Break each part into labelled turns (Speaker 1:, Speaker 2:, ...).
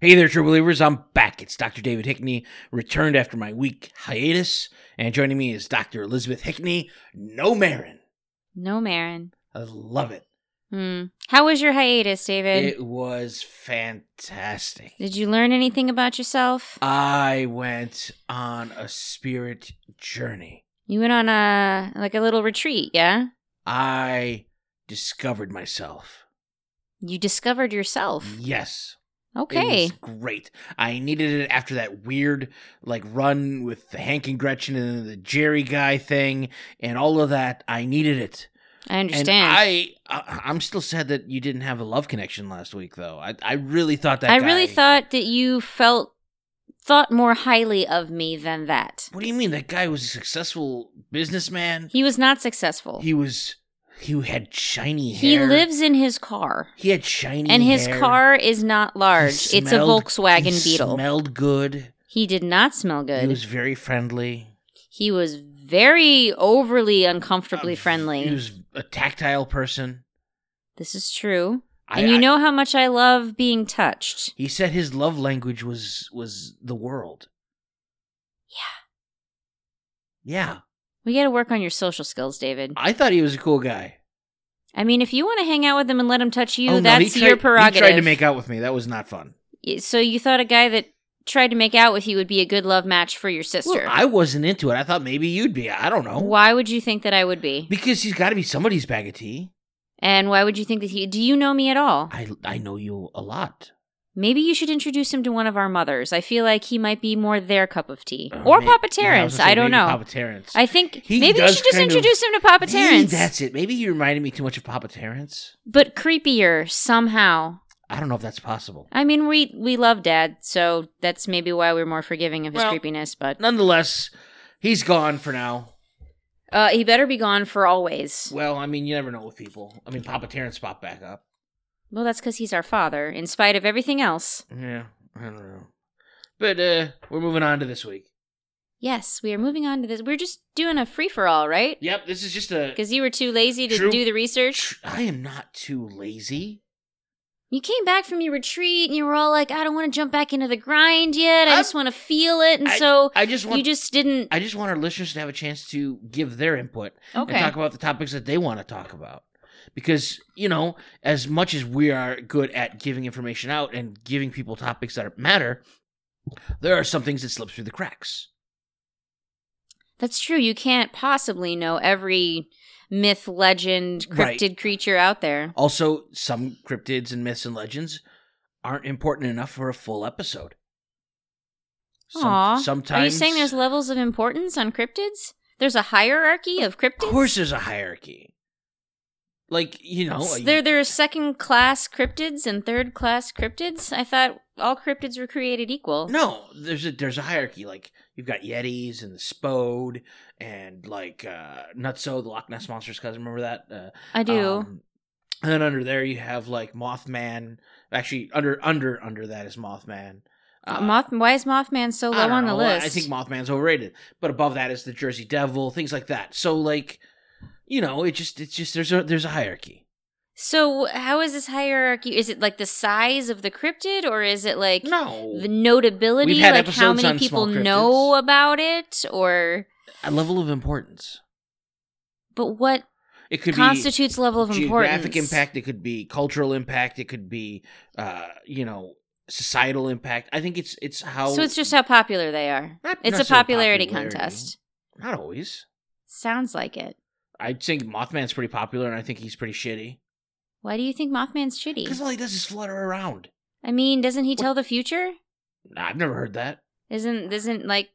Speaker 1: Hey there, true believers. I'm back. It's Dr. David Hickney, returned after my week hiatus. And joining me is Dr. Elizabeth Hickney, no Marin.
Speaker 2: No, Marin.
Speaker 1: I love it.
Speaker 2: Hmm. How was your hiatus, David?
Speaker 1: It was fantastic.
Speaker 2: Did you learn anything about yourself?
Speaker 1: I went on a spirit journey.
Speaker 2: you went on a like a little retreat, yeah?
Speaker 1: I discovered myself.
Speaker 2: You discovered yourself.
Speaker 1: Yes.
Speaker 2: Okay.
Speaker 1: It was great. I needed it after that weird like run with Hank and Gretchen and the Jerry guy thing and all of that. I needed it.
Speaker 2: I
Speaker 1: And
Speaker 2: understand.
Speaker 1: I, I, I'm still sad that you didn't have a love connection last week, though. I, I really thought that.
Speaker 2: I
Speaker 1: guy-
Speaker 2: really thought that you felt thought more highly of me than that.
Speaker 1: What do you mean? That guy was a successful businessman.
Speaker 2: He was not successful.
Speaker 1: He was. He had shiny
Speaker 2: He
Speaker 1: hair.
Speaker 2: lives in his car.
Speaker 1: He had shiny.
Speaker 2: And his
Speaker 1: hair.
Speaker 2: car is not large.
Speaker 1: He
Speaker 2: it's a
Speaker 1: smelled-
Speaker 2: Volkswagen
Speaker 1: he
Speaker 2: Beetle.
Speaker 1: Smelled good.
Speaker 2: he did not smell
Speaker 1: He
Speaker 2: good.
Speaker 1: was very friendly.
Speaker 2: very overly uncomfortably
Speaker 1: Uh,
Speaker 2: friendly.
Speaker 1: He was a tactile person.
Speaker 2: this is true.
Speaker 1: I-
Speaker 2: and you
Speaker 1: I-
Speaker 2: know how much I love being touched.
Speaker 1: he said his love language was was the world. Yeah. Yeah.
Speaker 2: We got to work on your social skills, David.
Speaker 1: I thought he was a cool guy.
Speaker 2: I mean, if you want to hang out with him and let him touch you,
Speaker 1: Oh, no, he
Speaker 2: that's
Speaker 1: tried-
Speaker 2: your prerogative.
Speaker 1: He tried to make out with me. That was not fun.
Speaker 2: Y- so you thought a guy that tried to make out with you would be a good love match for your sister?
Speaker 1: Well, I wasn't into it. I thought maybe you'd be. I don't know.
Speaker 2: Why would you think that I would be?
Speaker 1: Because he's got to be somebody's bag of tea.
Speaker 2: and why would you think that he? Do you know me at all?
Speaker 1: I I know you a lot.
Speaker 2: Maybe you should introduce him to one of our mothers. I feel like he might be more their cup of tea,
Speaker 1: Uh,
Speaker 2: or
Speaker 1: may-
Speaker 2: Papa
Speaker 1: yeah, I was
Speaker 2: Terrence.
Speaker 1: gonna say
Speaker 2: I don't
Speaker 1: maybe
Speaker 2: know.
Speaker 1: Papa Terrence.
Speaker 2: I think
Speaker 1: He
Speaker 2: maybe you
Speaker 1: does
Speaker 2: should just
Speaker 1: kind of-
Speaker 2: introduce him to Papa
Speaker 1: Maybe
Speaker 2: Terrence,
Speaker 1: that's it. Maybe you reminded me too much of Papa Terrence.
Speaker 2: but creepier somehow.
Speaker 1: I don't know if that's possible.
Speaker 2: I mean, we we love Dad, so that's maybe why we're more forgiving of his
Speaker 1: Well,
Speaker 2: creepiness. But
Speaker 1: Nonetheless, he's gone for now.
Speaker 2: uh, he better be gone for always.
Speaker 1: Well, I mean, you never know with people. I mean, Papa Terrence popped back up.
Speaker 2: Well, that's because he's our father, in spite of everything else.
Speaker 1: Yeah, I don't know. But uh we're moving on to this week.
Speaker 2: Yes, we are moving on to this. We're just doing a free for all, right?
Speaker 1: Yep, this is just a.
Speaker 2: Because you were too lazy to
Speaker 1: True.
Speaker 2: do the research.
Speaker 1: I am not too lazy.
Speaker 2: You came back from your retreat and you were all like, "I don't want to jump back into the grind yet. I
Speaker 1: I'm-
Speaker 2: just want to feel it." And so
Speaker 1: I just want
Speaker 2: you just didn't.
Speaker 1: I just want our listeners to have a chance to give their input
Speaker 2: okay.
Speaker 1: and talk about the topics that they want to talk about. Because, you know, as much as we are good at giving information out and giving people topics that matter, there are some things that slip through the cracks.
Speaker 2: That's true. You can't possibly know every myth, legend,
Speaker 1: Right.
Speaker 2: cryptid creature out there.
Speaker 1: Also, some cryptids and myths and legends aren't important enough for a full episode. Some-
Speaker 2: Aw.
Speaker 1: sometimes
Speaker 2: Are you saying there's levels of importance on cryptids? There's a hierarchy of cryptids?
Speaker 1: Of course there's a hierarchy. Like, you know,
Speaker 2: S-
Speaker 1: a-
Speaker 2: there, there are second class cryptids and third class cryptids. I thought all cryptids were created equal.
Speaker 1: No, there's a there's a hierarchy. Like you've got Yetis and the Spode and like uh Nutso, the Loch Ness monster's cousin. Remember that? Uh,
Speaker 2: I do.
Speaker 1: um, and then under there you have like Mothman. Actually, under under under that is Mothman.
Speaker 2: Uh, Moth, why is Mothman so
Speaker 1: Um, I
Speaker 2: low
Speaker 1: don't
Speaker 2: on the
Speaker 1: know.
Speaker 2: list?
Speaker 1: I think Mothman's overrated, but above that is the Jersey Devil, things like that. So like, you know, it just it's just there's a there's a hierarchy.
Speaker 2: so, how is this hierarchy? Is it like the size of the cryptid, or is it like
Speaker 1: No,
Speaker 2: the notability?
Speaker 1: We've had
Speaker 2: like how
Speaker 1: episodes
Speaker 2: many
Speaker 1: on small
Speaker 2: people
Speaker 1: cryptids.
Speaker 2: know about it, or
Speaker 1: a level of importance.
Speaker 2: but what
Speaker 1: It could be
Speaker 2: constitutes level of
Speaker 1: geographic
Speaker 2: importance?
Speaker 1: impact it could be cultural impact it could be uh you know societal impact i think it's it's how
Speaker 2: So it's just how popular they are.
Speaker 1: Not
Speaker 2: It's a
Speaker 1: necessarily
Speaker 2: popularity,
Speaker 1: popularity.
Speaker 2: contest.
Speaker 1: not always
Speaker 2: Sounds like it.
Speaker 1: i think mothman's pretty popular and i think he's pretty shitty
Speaker 2: Why do you think Mothman's shitty?
Speaker 1: because all he does is flutter around
Speaker 2: I mean, doesn't he tell the future?
Speaker 1: Nah, i've never heard that
Speaker 2: Isn't isn't like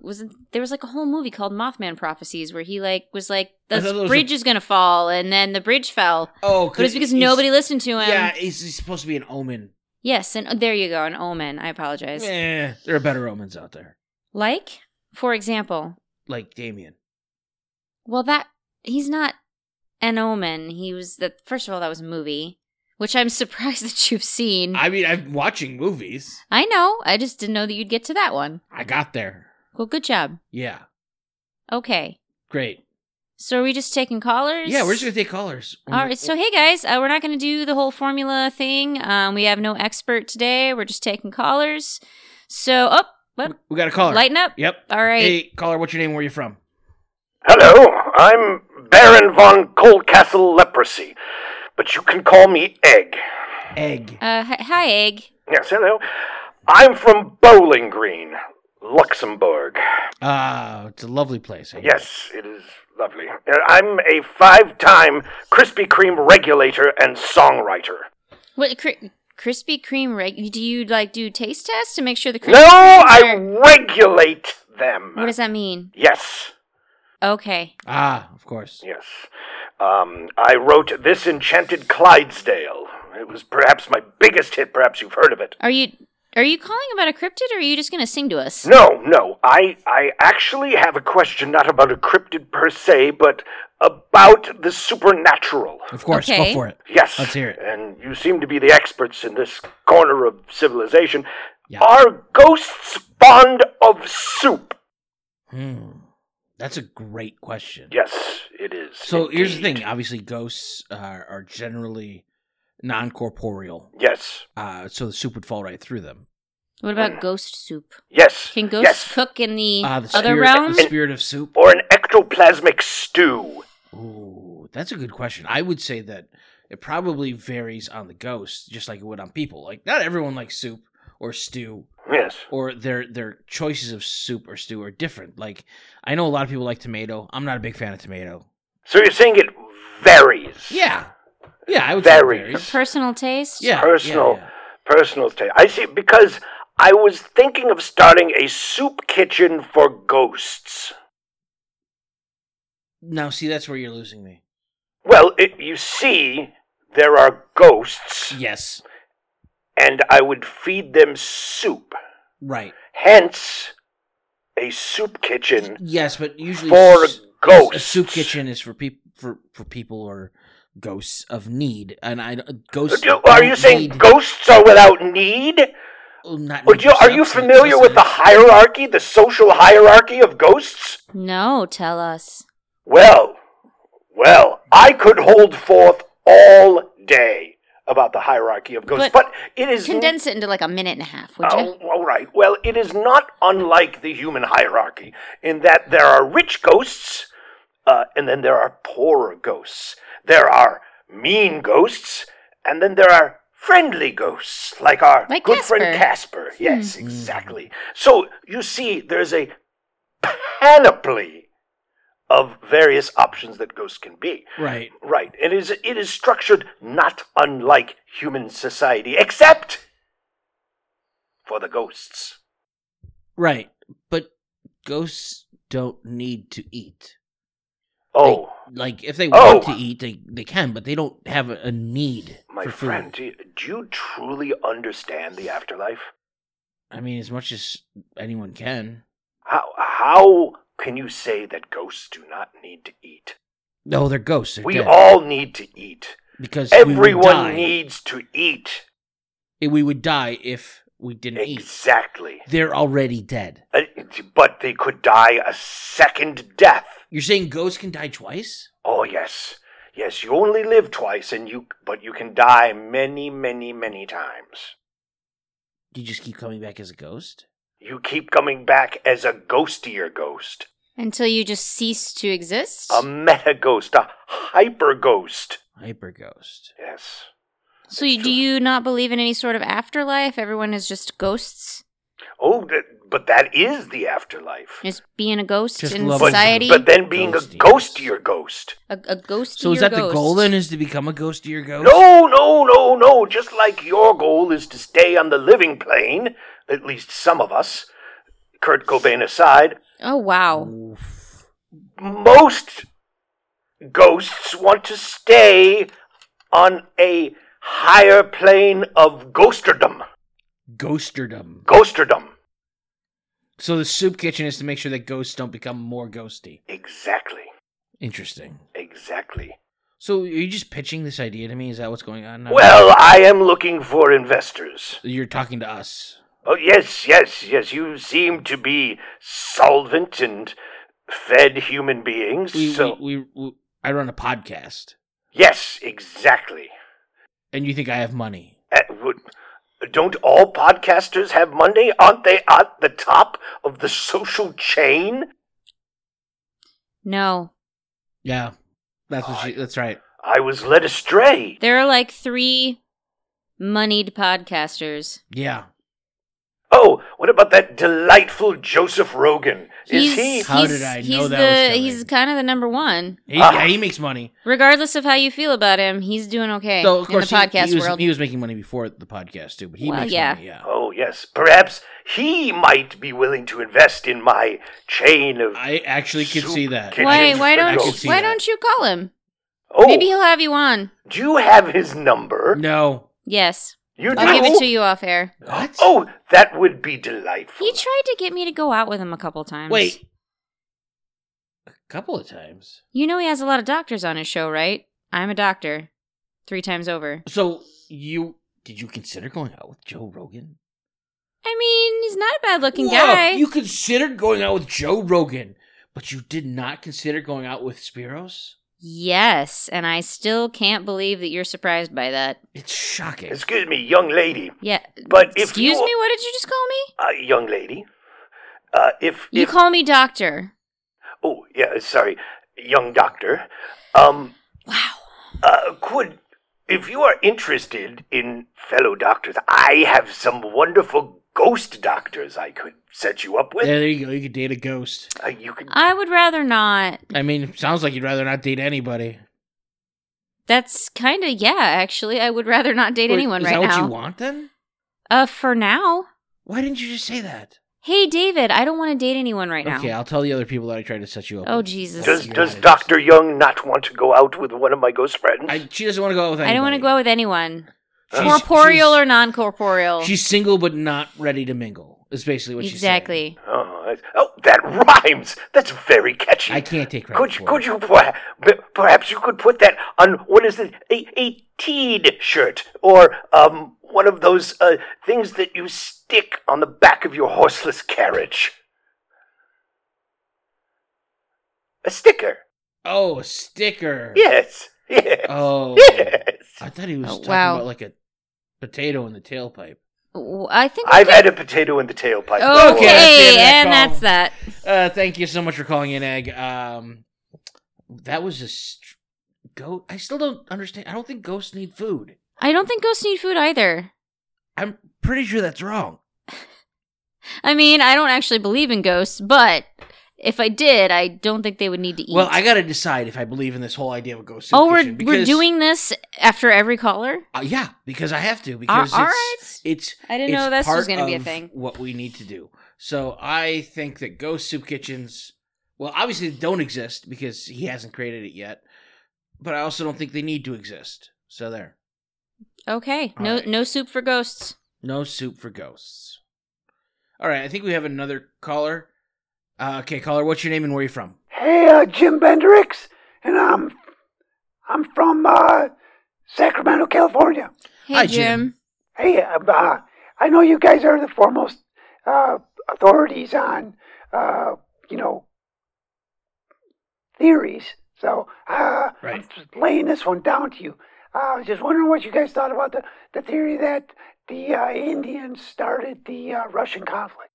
Speaker 2: wasn't there was like a whole movie called Mothman Prophecies where he like was like
Speaker 1: I thought it
Speaker 2: the
Speaker 1: was
Speaker 2: bridge is gonna fall and then the bridge fell,
Speaker 1: oh
Speaker 2: but it's because nobody listened to him.
Speaker 1: yeah he's, he's supposed to be an omen
Speaker 2: Yes, and oh, there you go, an omen. I apologize.
Speaker 1: Eh, there are better omens out there
Speaker 2: Like, for example,
Speaker 1: like damien
Speaker 2: well that he's not an omen. He was that first of all that was a movie, which I'm surprised that you've seen.
Speaker 1: i mean i'm watching movies
Speaker 2: I know. I just didn't know that you'd get to that one.
Speaker 1: i got there
Speaker 2: Well, good job.
Speaker 1: yeah
Speaker 2: Okay.
Speaker 1: great
Speaker 2: So are we just taking callers?
Speaker 1: Yeah, we're just gonna take callers.
Speaker 2: All right. So hey guys, uh, we're not going to do the whole formula thing. Um, we have no expert today. We're just taking callers. So oh, what?
Speaker 1: we got a caller.
Speaker 2: Lighten up.
Speaker 1: Yep.
Speaker 2: All right.
Speaker 1: Hey caller, what's your name? Where are you from?
Speaker 3: Hello, I'm Baron von Coldcastle Leprosy, but you can call me Egg.
Speaker 1: Egg.
Speaker 2: Uh, hi, hi, Egg.
Speaker 3: Yes, hello. I'm from Bowling Green, Luxembourg.
Speaker 1: Ah, it's a lovely place. I guess.
Speaker 3: Yes, it is lovely. Uh, I'm a five time Krispy Kreme regulator and songwriter.
Speaker 2: What? Cri- Krispy Kreme? Reg- do you like do taste tests to make sure the Krispy
Speaker 3: No, I
Speaker 2: Kremes are-
Speaker 3: regulate them.
Speaker 2: What does that mean?
Speaker 3: Yes,
Speaker 2: Okay.
Speaker 1: Ah, of course.
Speaker 3: yes. Um, I wrote This Enchanted Clydesdale. It was perhaps my biggest hit, perhaps you've heard of it.
Speaker 2: Are you are you calling about a cryptid, or are you just going to sing to us?
Speaker 3: No, no. I I actually have a question not about a cryptid per se, but about the supernatural.
Speaker 1: Of course. Go
Speaker 2: Okay.
Speaker 1: for it.
Speaker 3: Yes.
Speaker 1: Let's hear it.
Speaker 3: And you seem to be the experts in this corner of civilization.
Speaker 1: Yeah.
Speaker 3: Are ghosts fond of soup?
Speaker 1: Hmm. That's a great question.
Speaker 3: Yes, it is.
Speaker 1: So here's the
Speaker 3: indeed.
Speaker 1: thing. Obviously, ghosts are, are generally non corporeal,
Speaker 3: Yes.
Speaker 1: uh, so the soup would fall right through them.
Speaker 2: What about ghost soup?
Speaker 3: Yes.
Speaker 2: Can ghosts
Speaker 3: yes.
Speaker 2: cook in the,
Speaker 1: Ah, the
Speaker 2: other
Speaker 1: spirit,
Speaker 2: realm?
Speaker 1: The spirit of soup.
Speaker 3: Or an ectoplasmic stew.
Speaker 1: Ooh, that's a good question. I would say that it probably varies on the ghost, just like it would on people. Like not everyone likes soup or stew,
Speaker 3: Yes.
Speaker 1: or their their choices of soup or stew are different. Like I know a lot of people like tomato. I'm not a big fan of tomato.
Speaker 3: So you're saying it varies.
Speaker 1: Yeah, yeah, I would say it
Speaker 3: Varies.
Speaker 1: varies.
Speaker 2: Personal taste.
Speaker 1: yeah, yeah,
Speaker 3: personal
Speaker 1: yeah.
Speaker 3: personal taste. I see because I was thinking of starting a soup kitchen for ghosts.
Speaker 1: Now see, that's where you're losing me.
Speaker 3: Well, it, you see, there are ghosts,
Speaker 1: Yes,
Speaker 3: and I would feed them soup.
Speaker 1: right.
Speaker 3: Hence, a soup kitchen
Speaker 1: Yes, but usually
Speaker 3: for
Speaker 1: s-
Speaker 3: ghosts.
Speaker 1: A soup kitchen is for people for for people or ghosts of need, and I ghosts.
Speaker 3: Are
Speaker 1: don't
Speaker 3: you saying
Speaker 1: need-
Speaker 3: ghosts are without need?
Speaker 1: Oh, not
Speaker 3: Or
Speaker 1: need
Speaker 3: do you, are you
Speaker 1: yourself,
Speaker 3: familiar with the
Speaker 1: yourself.
Speaker 3: hierarchy, the social hierarchy of ghosts?
Speaker 2: No, tell us.
Speaker 3: Well, well, I could hold forth all day about the hierarchy of ghosts,
Speaker 2: But
Speaker 3: but, it is
Speaker 2: Condense it into like a minute and a half, would you?
Speaker 3: Oh, all right. Well, it is not unlike the human hierarchy in that there are rich ghosts, uh, and then there are poorer ghosts. There are mean ghosts, and then there are friendly ghosts, like our
Speaker 2: Like Hmm.
Speaker 3: good friend Casper. Yes, exactly. So you see, there's a panoply of various options that ghosts can be.
Speaker 1: Right.
Speaker 3: Right. It is it is structured not unlike human society, except for the ghosts.
Speaker 1: Right. But ghosts don't need to eat.
Speaker 3: Oh,
Speaker 1: Like if they
Speaker 3: Oh.
Speaker 1: want to eat, they they can, but they don't have a, a need
Speaker 3: my
Speaker 1: for food.
Speaker 3: friend, do you, do you truly understand the afterlife?
Speaker 1: I mean, as much as anyone can.
Speaker 3: How how can you say that ghosts do not need to eat?
Speaker 1: No, they're ghosts. They're
Speaker 3: we
Speaker 1: dead.
Speaker 3: all need to eat.
Speaker 1: because we would
Speaker 3: Everyone
Speaker 1: die-
Speaker 3: needs to eat.
Speaker 1: We would die if we didn't eat.
Speaker 3: Exactly.
Speaker 1: They're already dead.
Speaker 3: Uh, but they could die a second death.
Speaker 1: You're saying ghosts can die twice?
Speaker 3: Oh yes, yes. You only live twice, and you but you can die many, many, many times.
Speaker 1: Do you just keep coming back as a ghost?
Speaker 3: You keep coming back as a ghostier ghost,
Speaker 2: Until you just cease to exist?
Speaker 3: a
Speaker 1: Um,
Speaker 3: meta ghost, a hyper ghost.
Speaker 1: Hyper ghost.
Speaker 3: Yes.
Speaker 2: so you, do you not believe in any sort of afterlife? Everyone is just ghosts?
Speaker 3: Oh, th- but that is the afterlife.
Speaker 2: Just being a ghost
Speaker 1: Just
Speaker 2: in
Speaker 1: love-
Speaker 3: But,
Speaker 2: society?
Speaker 3: but then being
Speaker 1: Ghostier.
Speaker 3: a ghostier ghost.
Speaker 2: a, a ghost
Speaker 1: So
Speaker 2: to
Speaker 1: is
Speaker 2: your
Speaker 1: that the
Speaker 2: ghost.
Speaker 1: goal then? Is to become a ghost to your ghost?
Speaker 3: No, no, no, no. Just like your goal is to stay on the living plane, at least some of us, Kurt Cobain aside,
Speaker 2: Oh, wow.
Speaker 1: Oof.
Speaker 3: most ghosts want to stay on a higher plane of ghosterdom.
Speaker 1: Ghosterdom.
Speaker 3: Ghosterdom.
Speaker 1: So the soup kitchen is to make sure that ghosts don't become more ghosty.
Speaker 3: Exactly.
Speaker 1: Interesting.
Speaker 3: Exactly.
Speaker 1: So are you just pitching this idea to me? Is that what's going on now?
Speaker 3: Well, I am looking for investors.
Speaker 1: you're talking to us.
Speaker 3: Oh, yes, yes, yes. You seem to be solvent and fed human beings.
Speaker 1: We,
Speaker 3: so
Speaker 1: we, we, we I run a podcast,
Speaker 3: yes, exactly.
Speaker 1: and you think I have money?
Speaker 3: Uh, would- Don't all podcasters have money? Aren't they at the top of the social chain?
Speaker 2: No.
Speaker 1: Yeah, that's what she, that's right.
Speaker 3: I was led astray.
Speaker 2: There are like three moneyed podcasters.
Speaker 1: Yeah,
Speaker 3: Oh, what about that delightful Joseph Rogan? Is he?
Speaker 1: How did I know
Speaker 2: he's
Speaker 1: that
Speaker 2: the,
Speaker 1: was coming?
Speaker 2: He's kind of the number one.
Speaker 1: he,
Speaker 3: Ah.
Speaker 1: yeah, he makes money.
Speaker 2: Regardless of how you feel about him, he's doing okay
Speaker 1: So of course,
Speaker 2: in the
Speaker 1: he-
Speaker 2: podcast
Speaker 1: he, was,
Speaker 2: world.
Speaker 1: he was making money before the podcast too, but he
Speaker 2: Well,
Speaker 1: makes
Speaker 2: yeah.
Speaker 1: money. Yeah,
Speaker 3: Oh, yes. Perhaps he might be willing to invest in my chain of.
Speaker 1: I actually could
Speaker 3: Soup
Speaker 1: see that.
Speaker 3: kitchen
Speaker 2: why why
Speaker 1: I
Speaker 2: don't
Speaker 1: could
Speaker 3: goats.
Speaker 1: see that.
Speaker 2: why don't you call him?
Speaker 3: Oh,
Speaker 2: Maybe he'll have you on.
Speaker 3: do you have his number?
Speaker 1: No,
Speaker 2: Yes.
Speaker 3: You
Speaker 2: I'll
Speaker 3: do?
Speaker 1: oh.
Speaker 2: give it to you off air.
Speaker 1: what?
Speaker 3: Oh, that would be delightful.
Speaker 2: He tried to get me to go out with him a couple times.
Speaker 1: wait, a couple of times.
Speaker 2: You know he has a lot of doctors on his show, right? I'm a doctor. Three times over.
Speaker 1: So you did you consider going out with Joe Rogan?
Speaker 2: I mean, he's not a bad looking
Speaker 1: Whoa,
Speaker 2: guy.
Speaker 1: You considered going out with Joe Rogan, but you did not consider going out with Spiros.
Speaker 2: Yes, and I still can't believe that you're surprised by that.
Speaker 1: It's shocking.
Speaker 3: Excuse me, young lady.
Speaker 2: Yeah.
Speaker 3: But if
Speaker 2: Excuse
Speaker 3: you-
Speaker 2: me, what did you just call me?
Speaker 3: Uh, young lady. Uh, if
Speaker 2: You
Speaker 3: if,
Speaker 2: call me doctor.
Speaker 3: oh yeah, sorry, young doctor. Um,
Speaker 2: Wow.
Speaker 3: uh, could if you are interested in fellow doctors, I have some wonderful ghost doctors I could set you up with.
Speaker 1: Yeah, there you go. You could date a ghost.
Speaker 3: Uh, you could.
Speaker 2: I would rather not.
Speaker 1: I mean, it sounds like you'd rather not date anybody.
Speaker 2: That's kind of yeah, actually. I would rather not date
Speaker 1: Or-
Speaker 2: anyone
Speaker 1: is
Speaker 2: right
Speaker 1: that
Speaker 2: now.
Speaker 1: what you want then?
Speaker 2: Uh for now.
Speaker 1: Why didn't you just say that?
Speaker 2: Hey David, I don't want to date anyone right now.
Speaker 1: Okay, I'll tell the other people that I tried to set you up.
Speaker 2: Oh
Speaker 1: with.
Speaker 2: Jesus.
Speaker 3: Does
Speaker 1: Yeah,
Speaker 3: does
Speaker 1: it is.
Speaker 3: Doctor Young not want to go out with one of my ghost friends?
Speaker 1: I, she doesn't want to go out with
Speaker 2: I
Speaker 1: anybody.
Speaker 2: don't want to go out with anyone.
Speaker 1: She's-
Speaker 2: corporeal
Speaker 1: she's-
Speaker 2: or non-corporeal.
Speaker 1: She's single but not ready to mingle. Is basically what she's saying.
Speaker 2: exactly.
Speaker 3: Oh, I- oh, that rhymes. That's very catchy.
Speaker 1: I can't take credit
Speaker 3: Could
Speaker 1: for
Speaker 3: you, could
Speaker 1: it.
Speaker 3: you perha- per- perhaps you could put that on what is it a, a teed shirt or um one of those uh, things that you stick on the back of your horseless carriage? A sticker.
Speaker 1: Oh, a sticker.
Speaker 3: Yes. Yes.
Speaker 1: Oh.
Speaker 3: Yes.
Speaker 1: I thought he was
Speaker 2: Oh,
Speaker 1: talking
Speaker 2: wow.
Speaker 1: about like a potato in the tailpipe.
Speaker 2: W- I think we
Speaker 3: I've
Speaker 2: did-
Speaker 3: had a potato in the tailpipe.
Speaker 2: Okay,
Speaker 1: Okay, that's the end of that
Speaker 2: and
Speaker 1: call.
Speaker 2: that's that.
Speaker 1: Uh, thank you so much for calling in, Egg. Um, that was a str- goat. I still don't understand. I don't think ghosts need food.
Speaker 2: I don't think ghosts need food either.
Speaker 1: I'm pretty sure that's wrong.
Speaker 2: I mean, I don't actually believe in ghosts, but if I did, I don't think they would need to eat.
Speaker 1: Well, I gotta decide if I believe in this whole idea of a ghost. in
Speaker 2: oh,
Speaker 1: the
Speaker 2: we're
Speaker 1: kitchen,
Speaker 2: we're
Speaker 1: because-
Speaker 2: doing this after every caller.
Speaker 1: Uh, yeah, because I have to.
Speaker 2: All
Speaker 1: Because
Speaker 2: all
Speaker 1: it's,
Speaker 2: right.
Speaker 1: it's
Speaker 2: I didn't
Speaker 1: it's
Speaker 2: know this was
Speaker 1: part
Speaker 2: going to be a
Speaker 1: of
Speaker 2: thing.
Speaker 1: What we need to do. So I think that ghost soup kitchens, well, obviously they don't exist because he hasn't created it yet. But I also don't think they need to exist. So there,
Speaker 2: Okay,
Speaker 1: All
Speaker 2: no
Speaker 1: right.
Speaker 2: no soup for ghosts.
Speaker 1: no soup for ghosts. All right, I think we have another caller. Uh, okay, caller, what's your name and where are you from?
Speaker 4: Hey, uh, Jim Bendrix, and I'm I'm from uh, Sacramento, California.
Speaker 2: Hey
Speaker 1: Hi,
Speaker 2: Jim.
Speaker 1: Jim.
Speaker 4: Hey, uh, uh, I know you guys are the foremost uh, authorities on uh, you know theories, so uh,
Speaker 1: Right.
Speaker 4: I'm just laying this one down to you. Uh, I was just wondering what you guys thought about the the theory that the uh, Indians started the uh, Russian conflict.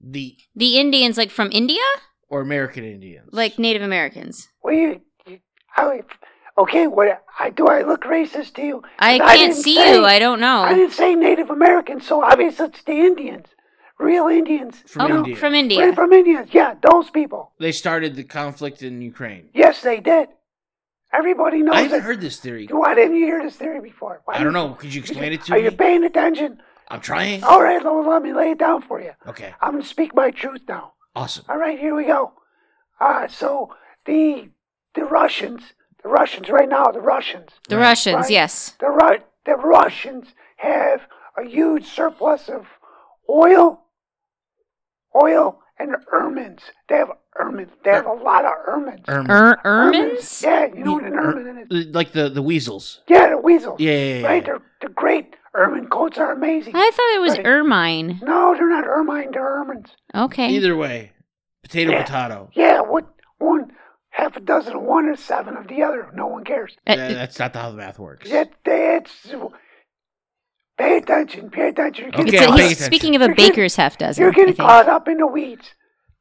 Speaker 1: The
Speaker 2: The Indians, like from India,
Speaker 1: or American Indians?
Speaker 2: like Native Americans.
Speaker 4: Well, you, you I, okay, what I do I look racist to you?
Speaker 2: I
Speaker 4: I
Speaker 2: can't
Speaker 4: didn't
Speaker 2: see
Speaker 4: say-
Speaker 2: you. I don't know.
Speaker 4: I didn't say Native Americans, so obviously it's the Indians, real Indians.
Speaker 1: From
Speaker 2: oh,
Speaker 1: India.
Speaker 2: from
Speaker 4: Right,
Speaker 2: India.
Speaker 4: From Indians, yeah, those people.
Speaker 1: they started the conflict in Ukraine.
Speaker 4: Yes, they did. Everybody knows
Speaker 1: I haven't
Speaker 4: it.
Speaker 1: heard this theory.
Speaker 4: Why didn't you hear this theory before? Why
Speaker 1: I don't
Speaker 4: didn't-
Speaker 1: know. Could you explain it to
Speaker 4: Are
Speaker 1: me?
Speaker 4: you Oh. paying attention?
Speaker 1: I'm trying.
Speaker 4: All right, well, let me lay it down for you.
Speaker 1: Okay,
Speaker 4: I'm going to speak my truth now.
Speaker 1: awesome.
Speaker 4: All right, here we go. Uh, so the the Russians, the Russians right now, the Russians,
Speaker 2: The
Speaker 1: Right.
Speaker 2: Russians,
Speaker 4: Right.
Speaker 2: yes.
Speaker 4: the Ru- the Russians have a huge surplus of oil, oil and ermines. They have ermines. They have a lot of ermines.
Speaker 1: Erm-
Speaker 2: Er- ermines?
Speaker 4: Yeah, you know what an
Speaker 1: Er-
Speaker 4: ermine is.
Speaker 1: like the the weasels.
Speaker 4: Yeah, the weasels.
Speaker 1: Yeah, yeah, yeah,
Speaker 4: right.
Speaker 1: yeah.
Speaker 4: They're, they're great. Ermine coats are amazing.
Speaker 2: I thought it was
Speaker 4: Right.
Speaker 2: ermine.
Speaker 4: No, they're not ermine. They're ermines.
Speaker 2: Okay.
Speaker 1: Either way, Potato,
Speaker 3: Yeah.
Speaker 1: potato.
Speaker 3: Yeah, what one half a dozen of one or seven of the other. No one cares.
Speaker 2: Uh,
Speaker 1: That- that's not how the math works.
Speaker 3: That, that's pay attention, pay attention. You're
Speaker 1: Okay,
Speaker 3: getting,
Speaker 2: it's a-
Speaker 1: I'll pay
Speaker 2: he's
Speaker 1: attention.
Speaker 2: speaking of a
Speaker 3: You're getting-
Speaker 2: baker's half dozen.
Speaker 3: you're
Speaker 2: I
Speaker 3: getting
Speaker 2: think.
Speaker 3: caught up in the weeds.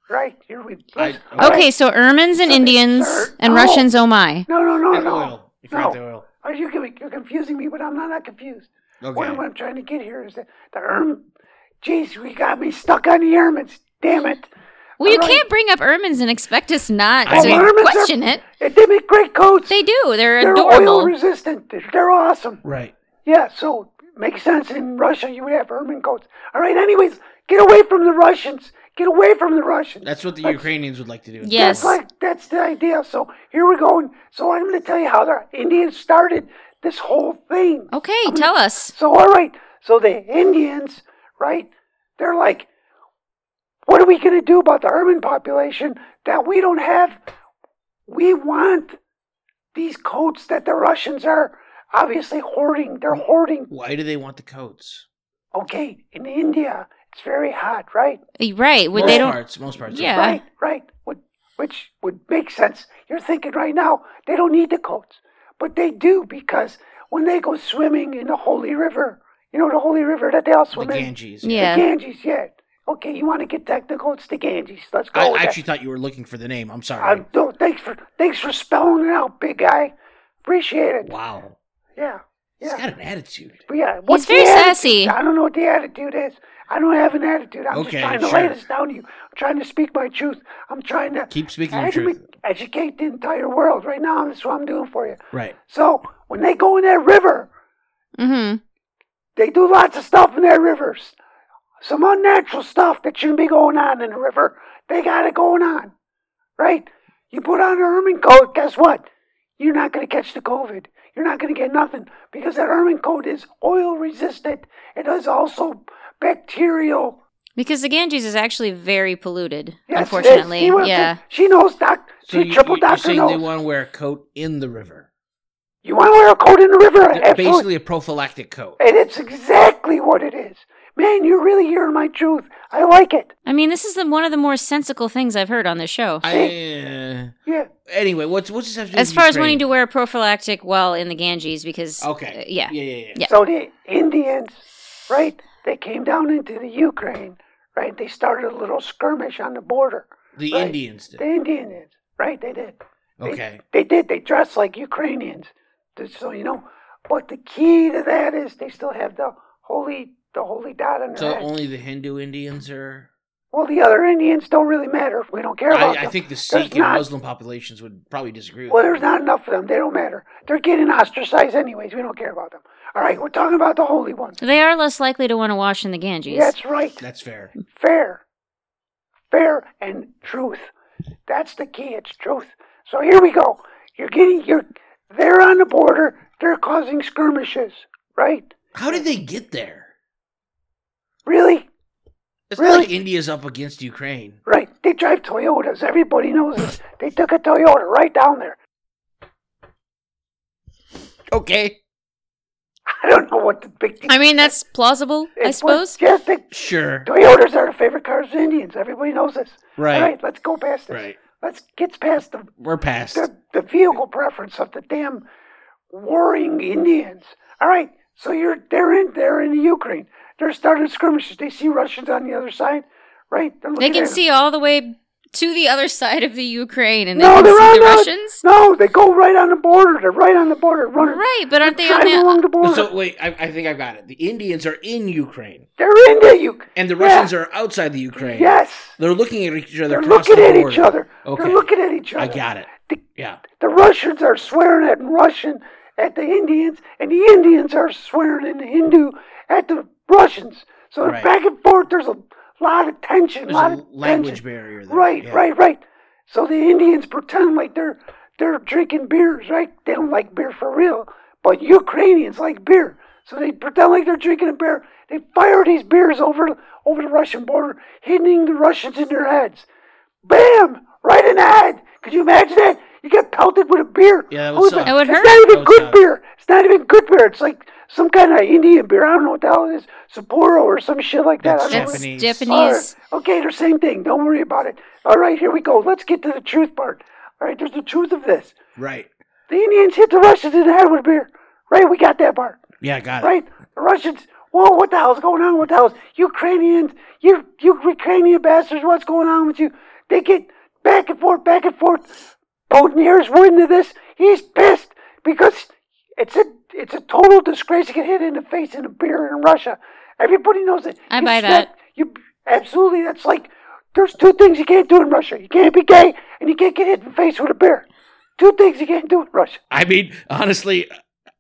Speaker 3: Right? You're with
Speaker 1: I-
Speaker 2: Okay, so Ermines and
Speaker 3: So-
Speaker 2: Indians
Speaker 3: Sir,
Speaker 2: and
Speaker 3: no.
Speaker 2: Russians, oh my.
Speaker 3: No, no, no,
Speaker 1: And
Speaker 3: no.
Speaker 1: oil. You forgot
Speaker 3: No.
Speaker 1: the oil.
Speaker 3: Are you giving- you're confusing me, but I'm not, not confused. What, I'm- what
Speaker 1: Okay.
Speaker 3: I'm trying to get here is that the erm. Jeez, we got me stuck on the ermines. Damn it!
Speaker 2: Well, you
Speaker 3: All right.
Speaker 2: can't bring up Ermines and expect us not
Speaker 1: I
Speaker 2: to
Speaker 1: mean-
Speaker 3: Ermines are-
Speaker 2: question it.
Speaker 3: Eh, They make great coats.
Speaker 2: They do. They're,
Speaker 3: are oil
Speaker 2: adorable.
Speaker 3: resistant. They're, they're awesome.
Speaker 1: Right.
Speaker 3: Yeah, so makes sense. In Russia, you would have ermine coats. All right. Anyways, get away from the Russians. Get away from the Russians.
Speaker 1: That's what the
Speaker 3: Like,
Speaker 1: Ukrainians would like to do.
Speaker 2: Yes.
Speaker 3: That's like that's the idea. So here we go. And so I'm going to tell you how the Indians started this whole thing.
Speaker 2: okay, tell us.
Speaker 3: So all right. So the Indians, right? They're like, what are we going to do about the urban population that we don't have? We want these coats that the Russians are obviously hoarding. They're hoarding.
Speaker 1: Why do they want the coats?
Speaker 3: Okay, in India, it's very hot, right?
Speaker 2: Uh, Right. Would
Speaker 1: most
Speaker 2: they don't
Speaker 1: parts. Most parts.
Speaker 2: Yeah.
Speaker 3: Right, right. Would, which would make sense. You're thinking right now they don't need the coats, but they do because when they go swimming in the Holy River, you know the Holy River that they all
Speaker 1: The
Speaker 3: swim in.
Speaker 1: Ganges.
Speaker 3: The
Speaker 2: Yeah.
Speaker 3: Ganges, yeah. Okay, you want to get technical? It's the Ganges. Let's go.
Speaker 1: I
Speaker 3: with
Speaker 1: I
Speaker 3: that.
Speaker 1: actually thought you were looking for the name. I'm sorry.
Speaker 3: Oh, I'm, no, thanks for thanks for spelling it out, big guy. Appreciate it.
Speaker 1: Wow.
Speaker 3: Yeah,
Speaker 1: He's
Speaker 3: yeah.
Speaker 1: got an attitude.
Speaker 3: But yeah, what's
Speaker 2: very
Speaker 3: the attitude?
Speaker 2: sassy.
Speaker 3: I don't know what the attitude is. I don't have an attitude. I'm
Speaker 1: Okay,
Speaker 3: just trying to
Speaker 1: sure.
Speaker 3: lay this down to you. I'm trying to speak my truth. I'm trying to
Speaker 1: Keep speaking your
Speaker 3: educate,
Speaker 1: truth.
Speaker 3: educate the entire world. Right now, that's what I'm doing for you.
Speaker 1: Right.
Speaker 3: So when they go in that river,
Speaker 2: Mm-hmm.
Speaker 3: they do lots of stuff in their rivers. Some unnatural stuff that shouldn't be going on in the river. They got it going on, right? You put on an ermine coat, guess what? You're not going to catch the COVID. You're not going to get nothing because that ermine coat is oil resistant. It is also bacterial.
Speaker 2: Because the Ganges is actually very polluted,
Speaker 3: Yes, it is.
Speaker 2: unfortunately.
Speaker 3: She wants it.
Speaker 2: Yeah.
Speaker 3: she knows, doc.
Speaker 1: So
Speaker 3: she
Speaker 1: you,
Speaker 3: triple
Speaker 1: you- you're
Speaker 3: doctor
Speaker 1: saying
Speaker 3: knows.
Speaker 1: they want to wear a coat in the river?
Speaker 3: you want to wear a coat in the river? Absolutely.
Speaker 1: Basically, a prophylactic coat.
Speaker 3: And it's exactly what it is. Man, you're really hearing my truth. I like it.
Speaker 2: I mean, this is the, one of the more sensical things I've heard on this show.
Speaker 1: I,
Speaker 3: Yeah.
Speaker 1: uh, anyway, what's what's this have to do
Speaker 2: as
Speaker 1: with
Speaker 2: far as
Speaker 1: Ukraine?
Speaker 2: wanting to wear a prophylactic while in the Ganges, because
Speaker 1: Okay.
Speaker 2: uh, yeah,
Speaker 1: Yeah. Yeah. Yeah.
Speaker 2: Yeah.
Speaker 3: So the Indians, right? They came down into the Ukraine, right? They started a little skirmish on the border.
Speaker 1: The
Speaker 3: Right.
Speaker 1: Indians did.
Speaker 3: The Indians, right? They did. They-
Speaker 1: Okay.
Speaker 3: They, did. They dressed like Ukrainians. Just So you know, but the key to that is they still have the holy, the holy dot on their
Speaker 1: So
Speaker 3: head.
Speaker 1: only the Hindu Indians are.
Speaker 3: well, the other Indians don't really matter. We don't care about
Speaker 1: I, I
Speaker 3: them.
Speaker 1: think the
Speaker 3: There's
Speaker 1: Sikh and
Speaker 3: not-
Speaker 1: Muslim populations would probably disagree. With
Speaker 3: Well,
Speaker 1: that.
Speaker 3: there's not enough of them. They don't matter. They're getting ostracized anyways. We don't care about them. All right, we're talking about the holy ones.
Speaker 2: they are less likely to want to wash in the Ganges.
Speaker 3: That's right.
Speaker 1: That's fair.
Speaker 3: fair. Fair and truth. That's the key, it's truth. So here we go. You're getting you're they're on the border, they're causing skirmishes, right?
Speaker 1: How did they get there?
Speaker 3: Really?
Speaker 1: It's not like
Speaker 3: Really?
Speaker 1: India's up against Ukraine.
Speaker 3: Right. They drive Toyotas. Everybody knows this. They took a Toyota right down there.
Speaker 1: Okay.
Speaker 3: I don't know what the big deal
Speaker 2: I mean, that's plausible, I
Speaker 3: is, but
Speaker 2: suppose.
Speaker 3: Yes, they,
Speaker 1: Sure.
Speaker 3: Toyotas are the favorite cars of Indians. Everybody knows this. All
Speaker 1: Right.
Speaker 3: right, let's go past this.
Speaker 1: Right.
Speaker 3: Let's get past the
Speaker 1: We're past.
Speaker 3: the, the vehicle preference of the damn warring Indians. All right, so you're they're in they're in the Ukraine. They're starting skirmishes. They see Russians on the other side, right? They're
Speaker 2: They
Speaker 3: looking
Speaker 2: can
Speaker 3: at 'em.
Speaker 2: see all the way to the other side of the Ukraine, and they
Speaker 3: No,
Speaker 2: can
Speaker 3: they're
Speaker 2: see
Speaker 3: on
Speaker 2: the
Speaker 3: the-
Speaker 2: Russians.
Speaker 3: No, they go right on the border. They're right on the border, running
Speaker 2: Right, but aren't they on
Speaker 3: driving
Speaker 2: the?
Speaker 3: along the border.
Speaker 1: So wait, I, I think I've got it. The Indians are in Ukraine,
Speaker 3: they're in the Ukraine.
Speaker 1: and the Russians are outside the Ukraine.
Speaker 3: Yes,
Speaker 1: They're looking at each other.
Speaker 3: they're
Speaker 1: across
Speaker 3: looking
Speaker 1: the
Speaker 3: at each
Speaker 1: border.
Speaker 3: other.
Speaker 1: Okay.
Speaker 3: They're looking at each other.
Speaker 1: I got it. Yeah.
Speaker 3: The Russians are swearing at Russian at the Indians, and the Indians are swearing in Hindu at the Russians. So
Speaker 1: Right.
Speaker 3: back and forth, there's a lot of tension.
Speaker 1: There's
Speaker 3: lot
Speaker 1: a
Speaker 3: of
Speaker 1: language
Speaker 3: tension.
Speaker 1: barrier there.
Speaker 3: Right,
Speaker 1: yeah.
Speaker 3: right, right. So the Indians pretend like they're they're drinking beers, right? They don't like beer for real, but Ukrainians like beer, so they pretend like they're drinking a beer. They fire these beers over over the Russian border, hitting the Russians in their heads. Bam! Right in the head. Could you imagine that? You get pelted with a beer.
Speaker 1: Yeah, that
Speaker 3: Who
Speaker 1: would
Speaker 3: the-
Speaker 1: suck.
Speaker 2: That would
Speaker 3: it's
Speaker 2: hurt.
Speaker 3: not
Speaker 1: That
Speaker 3: even
Speaker 1: would
Speaker 3: good
Speaker 1: suck.
Speaker 3: beer. It's not even good beer. It's like some kind of Indian beer. I don't know what the hell it is, Sapporo or some shit like that.
Speaker 1: That's
Speaker 3: I don't know.
Speaker 2: That's
Speaker 1: Japanese.
Speaker 2: Japanese.
Speaker 3: All right. Okay, they're same thing. Don't worry about it. All right, here we go. Let's get to the truth part. All right, there's the truth of this.
Speaker 1: Right.
Speaker 3: The Indians hit the Russians in the head with beer. Right, we got that part.
Speaker 1: Yeah, I got it.
Speaker 3: Right, the Russians. Whoa, what the hell's going on? What the hell's Ukrainians? You, you Ukrainian bastards! What's going on with you? They get back and forth, back and forth. Putin here's wind of this. He's pissed because it's a it's a total disgrace to get hit in the face in a beer in Russia. Everybody knows it.
Speaker 2: I
Speaker 3: You
Speaker 2: buy
Speaker 3: smack-
Speaker 2: that.
Speaker 3: You absolutely. That's like there's two things you can't do in Russia. You can't be gay, and you can't get hit in the face with a beer. Two things you can't do in Russia.
Speaker 1: I mean, honestly,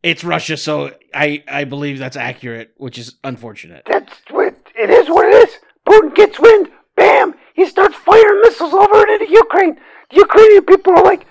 Speaker 1: it's Russia, so I I believe that's accurate, which is unfortunate.
Speaker 3: That's what it is. What it is. Putin gets wind. Bam! He starts firing missiles over into Ukraine. The Ukrainian people are like,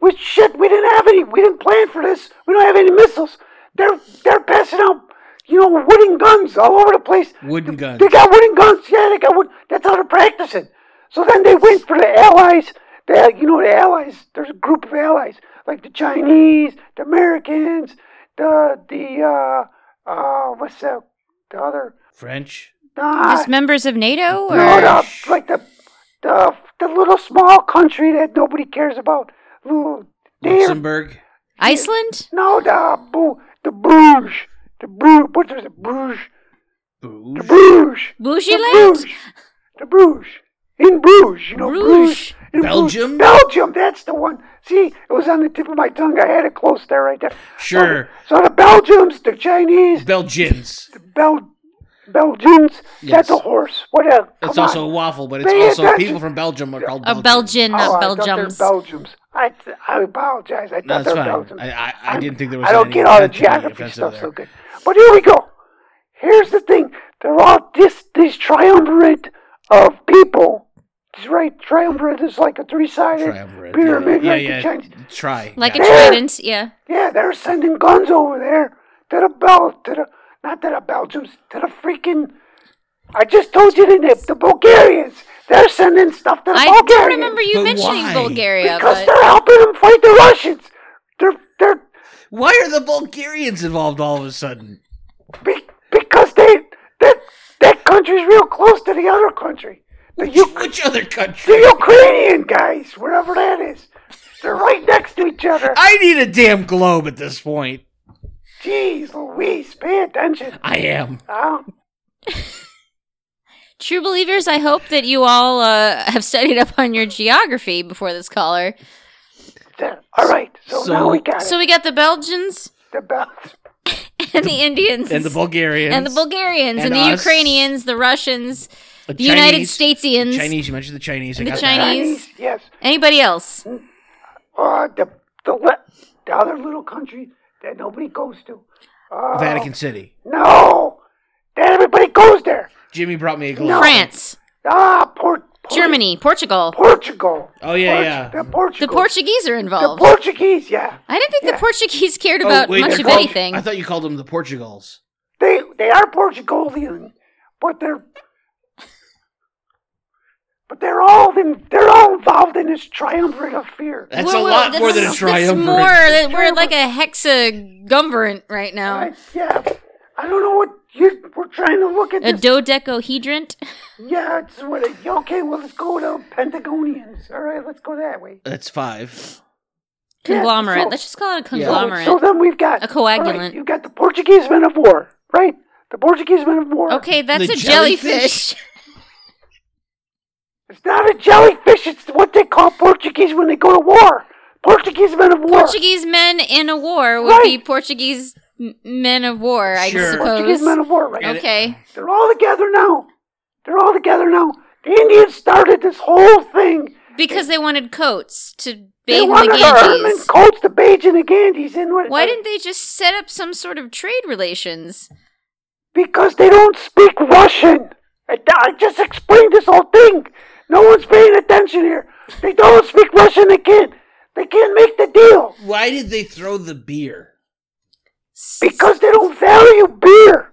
Speaker 3: "We shit. We didn't have any. We didn't plan for this. We don't have any missiles. They're they're passing out, you know, wooden guns all over the place.
Speaker 1: Wooden guns.
Speaker 3: They got wooden guns. Yeah, they got wood. That's how they're practicing. So then they went for the allies. The you know the allies. There's a group of allies like the Chinese, the Americans, the the uh uh what's that? The other
Speaker 1: French.
Speaker 3: nah,
Speaker 2: Just members of NATO? Or?
Speaker 3: no, no, like the the the little small country that nobody cares about. Little- They
Speaker 1: Luxembourg.
Speaker 2: Iceland?
Speaker 3: no the boo the Bruges the Bruges what is it Bruges the
Speaker 1: Bruges.
Speaker 3: Bruges the
Speaker 2: Bougiland?
Speaker 3: The Bruges. In Bruges, you know, Bruges.
Speaker 2: Bruges.
Speaker 3: In
Speaker 1: Belgium?
Speaker 3: Belgium, that's the one. See, it was on the tip of my tongue. I had it close there, right there.
Speaker 1: Sure.
Speaker 3: So the Belgians, the Chinese,
Speaker 1: Belgians.
Speaker 3: the Bel- Belgians,
Speaker 1: Yes.
Speaker 3: that's a horse. What a.
Speaker 1: It's
Speaker 3: come
Speaker 1: also
Speaker 3: on.
Speaker 1: a waffle, but it's
Speaker 3: Pay
Speaker 1: also
Speaker 3: attention.
Speaker 1: people from Belgium are called Belgians.
Speaker 2: Or Belgian,
Speaker 3: Oh,
Speaker 2: not
Speaker 3: I thought they're
Speaker 2: Belgiums.
Speaker 3: Belgiums. I, th- I apologize. I thought
Speaker 1: No, that's
Speaker 3: they were
Speaker 1: fine.
Speaker 3: Belgians.
Speaker 1: I- I- I
Speaker 3: I'm-
Speaker 1: didn't think there was
Speaker 3: I don't
Speaker 1: any
Speaker 3: get all the
Speaker 1: intent to be
Speaker 3: geography
Speaker 1: offensive
Speaker 3: stuff so
Speaker 1: there.
Speaker 3: good. But here we go. Here's the thing. They're all this this triumvirate of people. This right triumvirate is like a three-sided
Speaker 1: Triumvirate.
Speaker 3: pyramid.
Speaker 1: Yeah,
Speaker 3: like the
Speaker 1: yeah.
Speaker 3: Chinese.
Speaker 1: yeah. Try.
Speaker 2: Like a
Speaker 1: yeah.
Speaker 2: trident, yeah.
Speaker 3: Yeah, they're sending guns over there to the Bel to the not to the Belgians to the freaking. I just told you the name, the Bulgarians. They're sending stuff to the
Speaker 2: I
Speaker 3: Bulgarians.
Speaker 2: don't remember you
Speaker 1: But
Speaker 2: mentioning
Speaker 1: why?
Speaker 2: Bulgaria,
Speaker 3: Because
Speaker 2: but
Speaker 3: they're helping them fight the Russians. They're they're
Speaker 1: Why are the Bulgarians involved all of a sudden?
Speaker 3: be, because they that that country's real close to the other country. The U-
Speaker 1: Which other
Speaker 3: the
Speaker 1: country?
Speaker 3: Ukrainian guys, wherever that is, they're right next to each other.
Speaker 1: I need a damn globe at this point.
Speaker 3: Jeez, Louise, pay attention.
Speaker 1: I am.
Speaker 3: Oh,
Speaker 2: true believers, I hope that you all uh, have studied up on your geography before this caller.
Speaker 3: th- all right, so,
Speaker 1: So-
Speaker 3: now we got
Speaker 2: So
Speaker 3: it.
Speaker 2: we got the Belgians
Speaker 3: The Bel-
Speaker 2: and the Indians
Speaker 1: And the Bulgarians.
Speaker 2: and the Bulgarians
Speaker 1: And
Speaker 2: and, the
Speaker 1: us.
Speaker 2: Ukrainians, the Russians,
Speaker 1: The
Speaker 2: the United
Speaker 1: Chinese-
Speaker 2: Statesians,
Speaker 1: Chinese. You mentioned the Chinese. I
Speaker 2: The
Speaker 1: got that.
Speaker 2: Chinese.
Speaker 3: yes.
Speaker 2: anybody else?
Speaker 3: Uh, the the le- the other little country that nobody goes to. Uh,
Speaker 1: Vatican City.
Speaker 3: No, that everybody goes there.
Speaker 1: Jimmy brought me a globe.
Speaker 3: No.
Speaker 2: France,
Speaker 3: Ah, Port, Port-
Speaker 2: Germany, Portugal.
Speaker 3: Portugal.
Speaker 1: Oh, yeah,
Speaker 3: Port-
Speaker 1: yeah.
Speaker 3: The Portugal.
Speaker 2: The Portuguese are
Speaker 3: The
Speaker 2: involved.
Speaker 3: Portuguese, yeah.
Speaker 2: I didn't think
Speaker 3: Yeah.
Speaker 2: the Portuguese cared
Speaker 1: Oh,
Speaker 2: about
Speaker 1: wait,
Speaker 2: much
Speaker 1: they're
Speaker 2: of
Speaker 1: called-
Speaker 2: anything.
Speaker 1: I thought you called them the Portugals.
Speaker 3: They they are Portugalian, but they're but they're all in, they're all involved in this triumvirate of fear.
Speaker 1: That's
Speaker 2: Well,
Speaker 1: a
Speaker 2: well,
Speaker 1: lot more than a
Speaker 2: that's- that's
Speaker 1: triumvirate.
Speaker 2: more that we're like a hexagumvirate right now.
Speaker 3: I, yeah, I don't know what you we're trying to look at.
Speaker 2: A
Speaker 3: This.
Speaker 2: dodecahedrant.
Speaker 3: yeah, it's what. It, okay, well let's go to Pentagonians. All right, let's go that way.
Speaker 1: That's five.
Speaker 2: Conglomerate.
Speaker 3: so-
Speaker 2: Let's just call it a
Speaker 1: Yeah.
Speaker 2: conglomerate.
Speaker 3: So then we've got
Speaker 2: A coagulant.
Speaker 3: all right, you've got the Portuguese men of war, right? The Portuguese men of war.
Speaker 2: okay, that's
Speaker 1: The
Speaker 2: a jellyfish.
Speaker 3: It's not a jellyfish. It's what they call Portuguese when they go to war. Portuguese men of war.
Speaker 2: Portuguese men in a war would be
Speaker 3: Right.
Speaker 2: Portuguese m- men of war, I
Speaker 1: Sure.
Speaker 3: Portuguese
Speaker 2: suppose.
Speaker 3: men of war, right?
Speaker 1: And-
Speaker 2: okay.
Speaker 3: They're all together now. They're all together now. The Indians started this whole thing.
Speaker 2: Because they wanted coats to
Speaker 3: They
Speaker 2: bathe in
Speaker 3: wanted
Speaker 2: the
Speaker 3: to earn and
Speaker 2: Ganges.
Speaker 3: coach the Beige and the Ganges in what?
Speaker 2: Why didn't they just set up some sort of trade relations?
Speaker 3: Because they don't speak Russian. I, I just explained this whole thing. No one's paying attention here. They don't speak Russian. They can't. They can't make the deal
Speaker 1: Why did they throw the beer?
Speaker 3: because they don't value beer.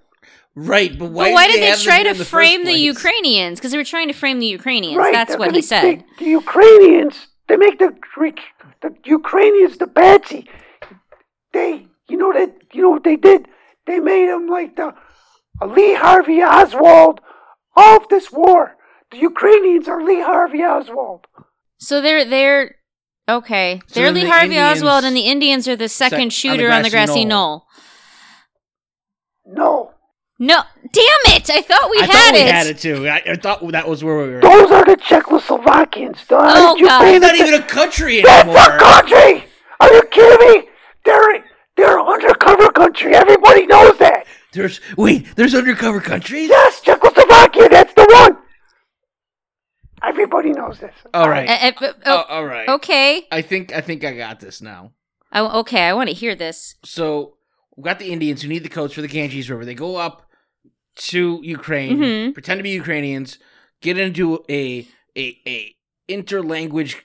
Speaker 1: Right, but why,
Speaker 2: but why
Speaker 1: did,
Speaker 2: did they,
Speaker 1: have them
Speaker 2: try
Speaker 1: in
Speaker 2: to
Speaker 1: the first
Speaker 2: frame the
Speaker 1: place?
Speaker 2: Ukrainians? Because they were trying to frame the Ukrainians. That's
Speaker 3: they're
Speaker 2: what
Speaker 3: gonna
Speaker 2: he said.
Speaker 3: take The Ukrainians, they make the Greek, the Ukrainians the patsy. They, you know that, you know what they did? They made him like the a Lee Harvey Oswald of this war. The Ukrainians are Lee Harvey Oswald.
Speaker 2: So they're they're okay.
Speaker 1: So
Speaker 2: they're
Speaker 1: then
Speaker 2: Lee
Speaker 1: the
Speaker 2: Harvey Oswald,
Speaker 1: Indians-
Speaker 2: and the Indians are the
Speaker 1: Sec- on
Speaker 2: second
Speaker 1: the
Speaker 2: shooter on the
Speaker 1: grassy
Speaker 2: grassy knoll.
Speaker 1: knoll.
Speaker 3: No,
Speaker 2: No, damn it! I thought we
Speaker 5: I
Speaker 2: had
Speaker 5: thought
Speaker 2: it.
Speaker 5: we had it too. I, I thought that was where we were.
Speaker 3: those are the Czechoslovakians. Duh.
Speaker 2: Oh,
Speaker 3: Aren't you
Speaker 2: God.
Speaker 3: paying
Speaker 1: It's not
Speaker 3: atten-
Speaker 1: even a country
Speaker 3: That's our
Speaker 1: anymore.
Speaker 3: country. Are you kidding me? They're they're undercover country. Everybody knows that.
Speaker 1: There's wait, there's undercover countries.
Speaker 3: Yes, Czechoslovakia. That's the one. Everybody knows this.
Speaker 1: All right,
Speaker 2: Uh, uh,
Speaker 1: Oh,
Speaker 2: oh,
Speaker 1: all right.
Speaker 2: okay.
Speaker 1: I think I think I got this now.
Speaker 2: Oh, okay. I want to hear this.
Speaker 1: So we got the Indians who need the codes for the Ganges River. They go up to Ukraine,
Speaker 2: Mhm.
Speaker 1: pretend to be Ukrainians, get into a a a interlanguage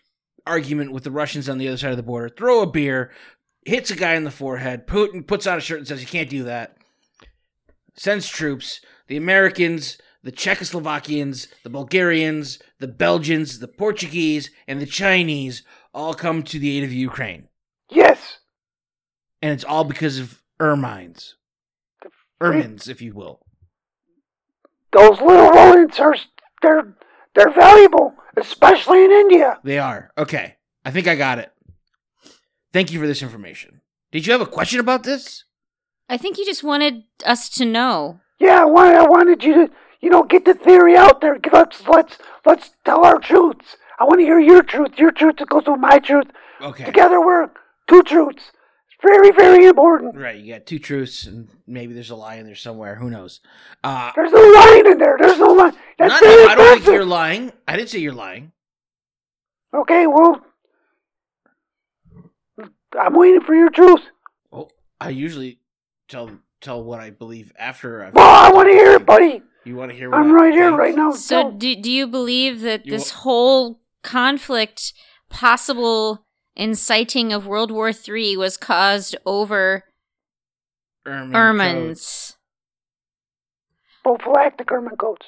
Speaker 1: argument with the Russians on the other side of the border. Throw a beer, hits a guy in the forehead. Putin puts on a shirt and says, "You can't do that." Sends troops. The Americans, the Czechoslovakians, the Bulgarians, the Belgians, the Portuguese, and the Chinese all come to the aid of Ukraine
Speaker 3: Yes,
Speaker 1: and it's all because of ermines, ermines, if you will.
Speaker 3: those little rodents are they're they're valuable, especially in India.
Speaker 1: They are okay. I think I got it. Thank you for this information. Did you have a question about this?
Speaker 2: I think you just wanted us to know.
Speaker 3: Yeah, I wanted, I wanted you to you know get the theory out there. Give us let's let's tell our truths. I want to hear your truth. Your truth goes with my truth.
Speaker 1: Okay.
Speaker 3: Together we're two truths. It's very very important.
Speaker 1: Right, you got two truths, and maybe there's a lie in there somewhere. Who knows? Uh,
Speaker 3: There's no line in there. There's no line.
Speaker 1: no,
Speaker 3: That's
Speaker 1: no,
Speaker 3: very
Speaker 1: I don't think
Speaker 3: offensive.
Speaker 1: you're lying. I didn't say you're lying.
Speaker 3: Okay, well, I'm waiting for your truth.
Speaker 1: Oh, I usually tell tell what I believe after. I've
Speaker 3: Well, Oh, I want to hear it, buddy.
Speaker 1: You want to hear? What
Speaker 3: I'm
Speaker 1: I
Speaker 3: right here,
Speaker 1: think?
Speaker 3: right now.
Speaker 2: So,
Speaker 3: Tell-
Speaker 2: do do you believe that
Speaker 1: You
Speaker 2: this
Speaker 1: wa-
Speaker 2: whole conflict, possible inciting of World War III, was caused over
Speaker 1: Ermine codes,
Speaker 2: ermines?
Speaker 3: prophylactic Herman Coates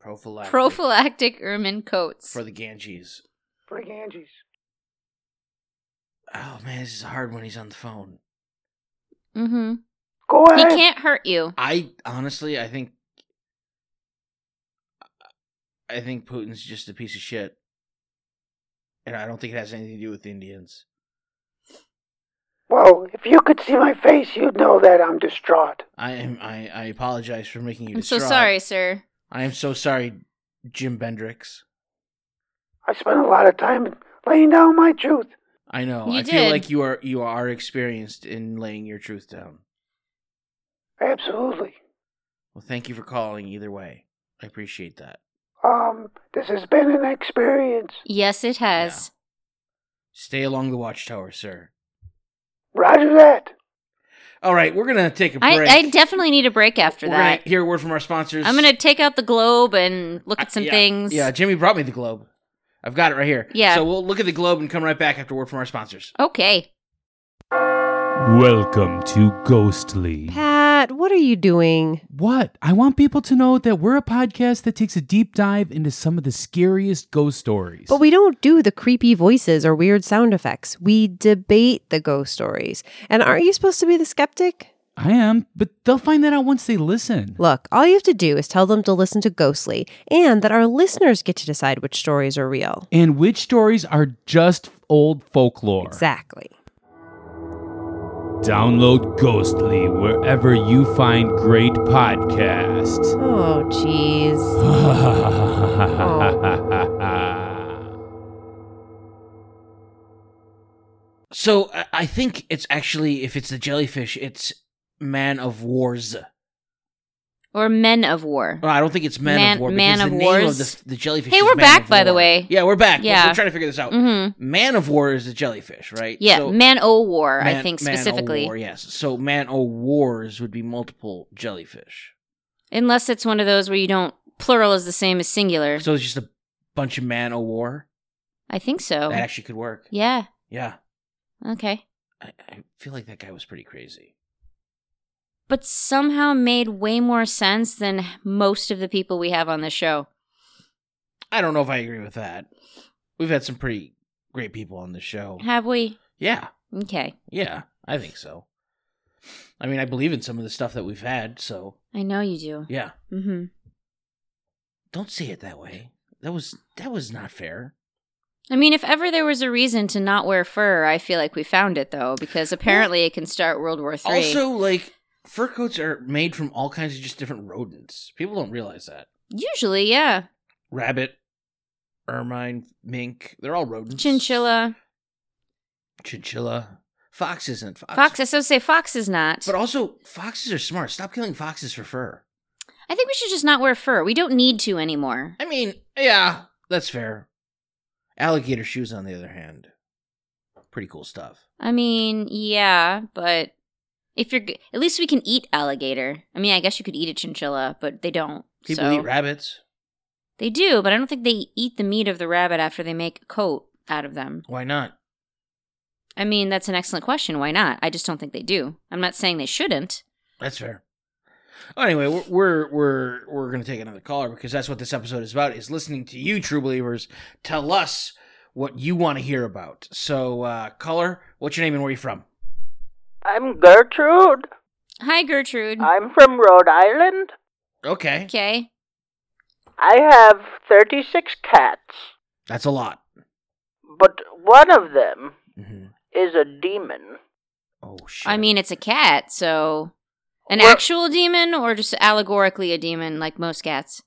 Speaker 1: prophylactic,
Speaker 2: Prophylactic ermine coats.
Speaker 1: for the Ganges.
Speaker 3: for the Ganges.
Speaker 1: Oh man, this is hard when he's on the phone.
Speaker 2: mm-hmm.
Speaker 3: Go
Speaker 2: He
Speaker 3: ahead.
Speaker 2: can't hurt you.
Speaker 1: I honestly, I think, I think Putin's just a piece of shit, and I don't think it has anything to do with the Indians.
Speaker 3: Well, if you could see my face, you'd know that I'm distraught.
Speaker 1: I am. I, I apologize for making you.
Speaker 2: I'm so
Speaker 1: distraught.
Speaker 2: sorry, sir.
Speaker 1: I am so sorry, Jim Bendrix.
Speaker 3: I spent a lot of time laying down my truth.
Speaker 1: I know.
Speaker 2: You
Speaker 1: I feel
Speaker 2: did.
Speaker 1: like you are you are experienced in laying your truth down.
Speaker 3: Absolutely.
Speaker 1: Well, thank you for calling. Either way, I appreciate that.
Speaker 3: Um, this has been an experience.
Speaker 2: Yes, it has.
Speaker 1: Stay along the watchtower, sir.
Speaker 3: Roger that.
Speaker 1: All right, we're gonna take a
Speaker 2: I,
Speaker 1: break.
Speaker 2: I definitely need a break after
Speaker 1: we're
Speaker 2: that.
Speaker 1: gonna hear a word from our sponsors.
Speaker 2: I'm gonna take out the globe and look at
Speaker 1: I-
Speaker 2: some
Speaker 1: yeah,
Speaker 2: things.
Speaker 1: Yeah, Jimmy brought me the globe. I've got it right here.
Speaker 2: Yeah.
Speaker 1: So we'll look at the globe and come right back after word from our sponsors.
Speaker 2: Okay.
Speaker 6: Welcome to Ghostly.
Speaker 7: Pat, what are you doing?
Speaker 6: What? I want people to know that we're a podcast that takes a deep dive into some of the scariest ghost stories.
Speaker 7: But we don't do the creepy voices or weird sound effects. We debate the ghost stories. And aren't you supposed to be the skeptic?
Speaker 6: I am, but they'll find that out once they listen.
Speaker 7: Look, all you have to do is tell them to listen to Ghostly and that our listeners get to decide which stories are real.
Speaker 6: And which stories are just old folklore?
Speaker 7: Exactly.
Speaker 6: Download Ghostly wherever you find great podcasts.
Speaker 7: Oh, jeez.
Speaker 1: So I- I think it's actually, if it's the jellyfish, it's Man of Wars.
Speaker 2: Or men of war.
Speaker 1: Oh, I don't think it's Man,
Speaker 2: Man-
Speaker 1: of War.
Speaker 2: Man
Speaker 1: because
Speaker 2: of
Speaker 1: the name
Speaker 2: Wars?
Speaker 1: Of the, the jellyfish.
Speaker 2: Hey,
Speaker 1: is
Speaker 2: we're
Speaker 1: Man
Speaker 2: back,
Speaker 1: of
Speaker 2: by the
Speaker 1: War.
Speaker 2: way.
Speaker 1: Yeah, we're back. We're- We're,
Speaker 2: Yeah.
Speaker 1: trying to figure this out.
Speaker 2: Mm-hmm.
Speaker 1: Man of War is the jellyfish, right?
Speaker 2: Yeah,
Speaker 1: So
Speaker 2: man o war. I
Speaker 1: Man-
Speaker 2: think
Speaker 1: Man o'
Speaker 2: specifically,
Speaker 1: War, yes. So Man o' Wars would be multiple jellyfish.
Speaker 2: unless it's one of those where you don't plural is the same as singular.
Speaker 1: So it's just a bunch of Man o' War.
Speaker 2: I think so.
Speaker 1: That actually could work.
Speaker 2: Oh. yeah.
Speaker 1: Yeah.
Speaker 2: Okay.
Speaker 1: I, I feel like that guy was pretty crazy.
Speaker 2: But somehow made way more sense than most of the people we have on the show.
Speaker 1: I don't know if I agree with that. We've had some pretty great people on the show.
Speaker 2: Have we?
Speaker 1: Yeah,
Speaker 2: Okay.
Speaker 1: yeah, I think so. I mean, I believe in some of the stuff that we've had, so
Speaker 2: I know you do.
Speaker 1: yeah.
Speaker 2: Mm-hmm.
Speaker 1: Don't say it that way. That was that was not fair.
Speaker 2: I mean, if ever there was a reason to not wear fur, I feel like we found it though, because apparently it can start World War Three.
Speaker 1: Also, like fur coats are made from all kinds of just different rodents. People don't realize that.
Speaker 2: usually, yeah,
Speaker 1: Rabbit, ermine, mink, they're all rodents.
Speaker 2: chinchilla,
Speaker 1: Chinchilla. Fox isn't. Fox.
Speaker 2: fox. I so say fox is not.
Speaker 1: But also, foxes are smart. Stop killing foxes for fur.
Speaker 2: I think we should just not wear fur. We don't need to anymore.
Speaker 1: I mean, yeah, that's fair. Alligator shoes, on the other hand, pretty cool stuff.
Speaker 2: I mean, yeah, but if you're, g- at least we can eat alligator. I mean, I guess you could eat a chinchilla, but they don't.
Speaker 1: People
Speaker 2: so-
Speaker 1: eat rabbits.
Speaker 2: They do, but I don't think they eat the meat of the rabbit after they make a coat out of them.
Speaker 1: Why not?
Speaker 2: I mean, that's an excellent question. Why not? I just don't think they do. I'm not saying they shouldn't.
Speaker 1: That's fair. Oh, Anyway, we're we're we're, we're going to take another caller because that's what this episode is about: is listening to you, true believers, tell us what you want to hear about. So, uh, caller, what's your name and where are you from?
Speaker 3: I'm Gertrude.
Speaker 2: Hi, Gertrude.
Speaker 3: I'm from Rhode Island.
Speaker 1: Okay,
Speaker 2: okay.
Speaker 3: I have 36 cats,
Speaker 1: that's a lot.
Speaker 3: but one of them
Speaker 1: Mhm.
Speaker 3: is a demon.
Speaker 1: Oh shit!
Speaker 2: I mean, it's a cat, so an
Speaker 3: Well-
Speaker 2: actual demon or just allegorically a demon like most cats?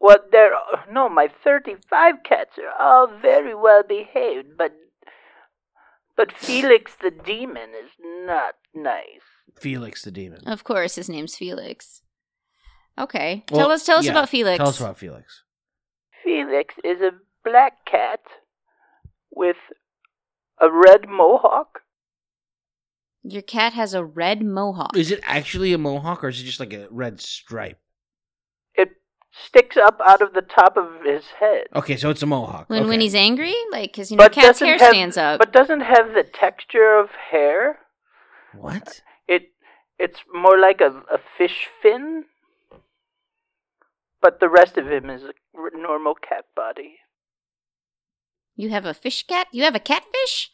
Speaker 3: Well, they're no, my 35 cats are all very well behaved, but but Felix the demon is not nice.
Speaker 1: Felix the demon.
Speaker 2: Of course, his name's Felix. Okay.
Speaker 1: Well,
Speaker 2: tell us tell us
Speaker 1: yeah,
Speaker 2: about Felix.
Speaker 1: Tell us about Felix.
Speaker 3: Felix is a black cat with a red mohawk.
Speaker 2: Your cat has a red mohawk.
Speaker 1: Is it actually a mohawk or is it just like a red stripe?
Speaker 3: It sticks up out of the top of his head.
Speaker 1: Okay, so it's a mohawk.
Speaker 2: when
Speaker 1: okay.
Speaker 2: when he's angry, like cuz you know cat's
Speaker 3: doesn't
Speaker 2: hair
Speaker 3: have-
Speaker 2: stands up.
Speaker 3: But doesn't have the texture of hair.
Speaker 1: what?
Speaker 3: It it's more like a, a fish fin. But the rest of him is a r- normal cat body.
Speaker 2: you have a fish cat? You have a catfish?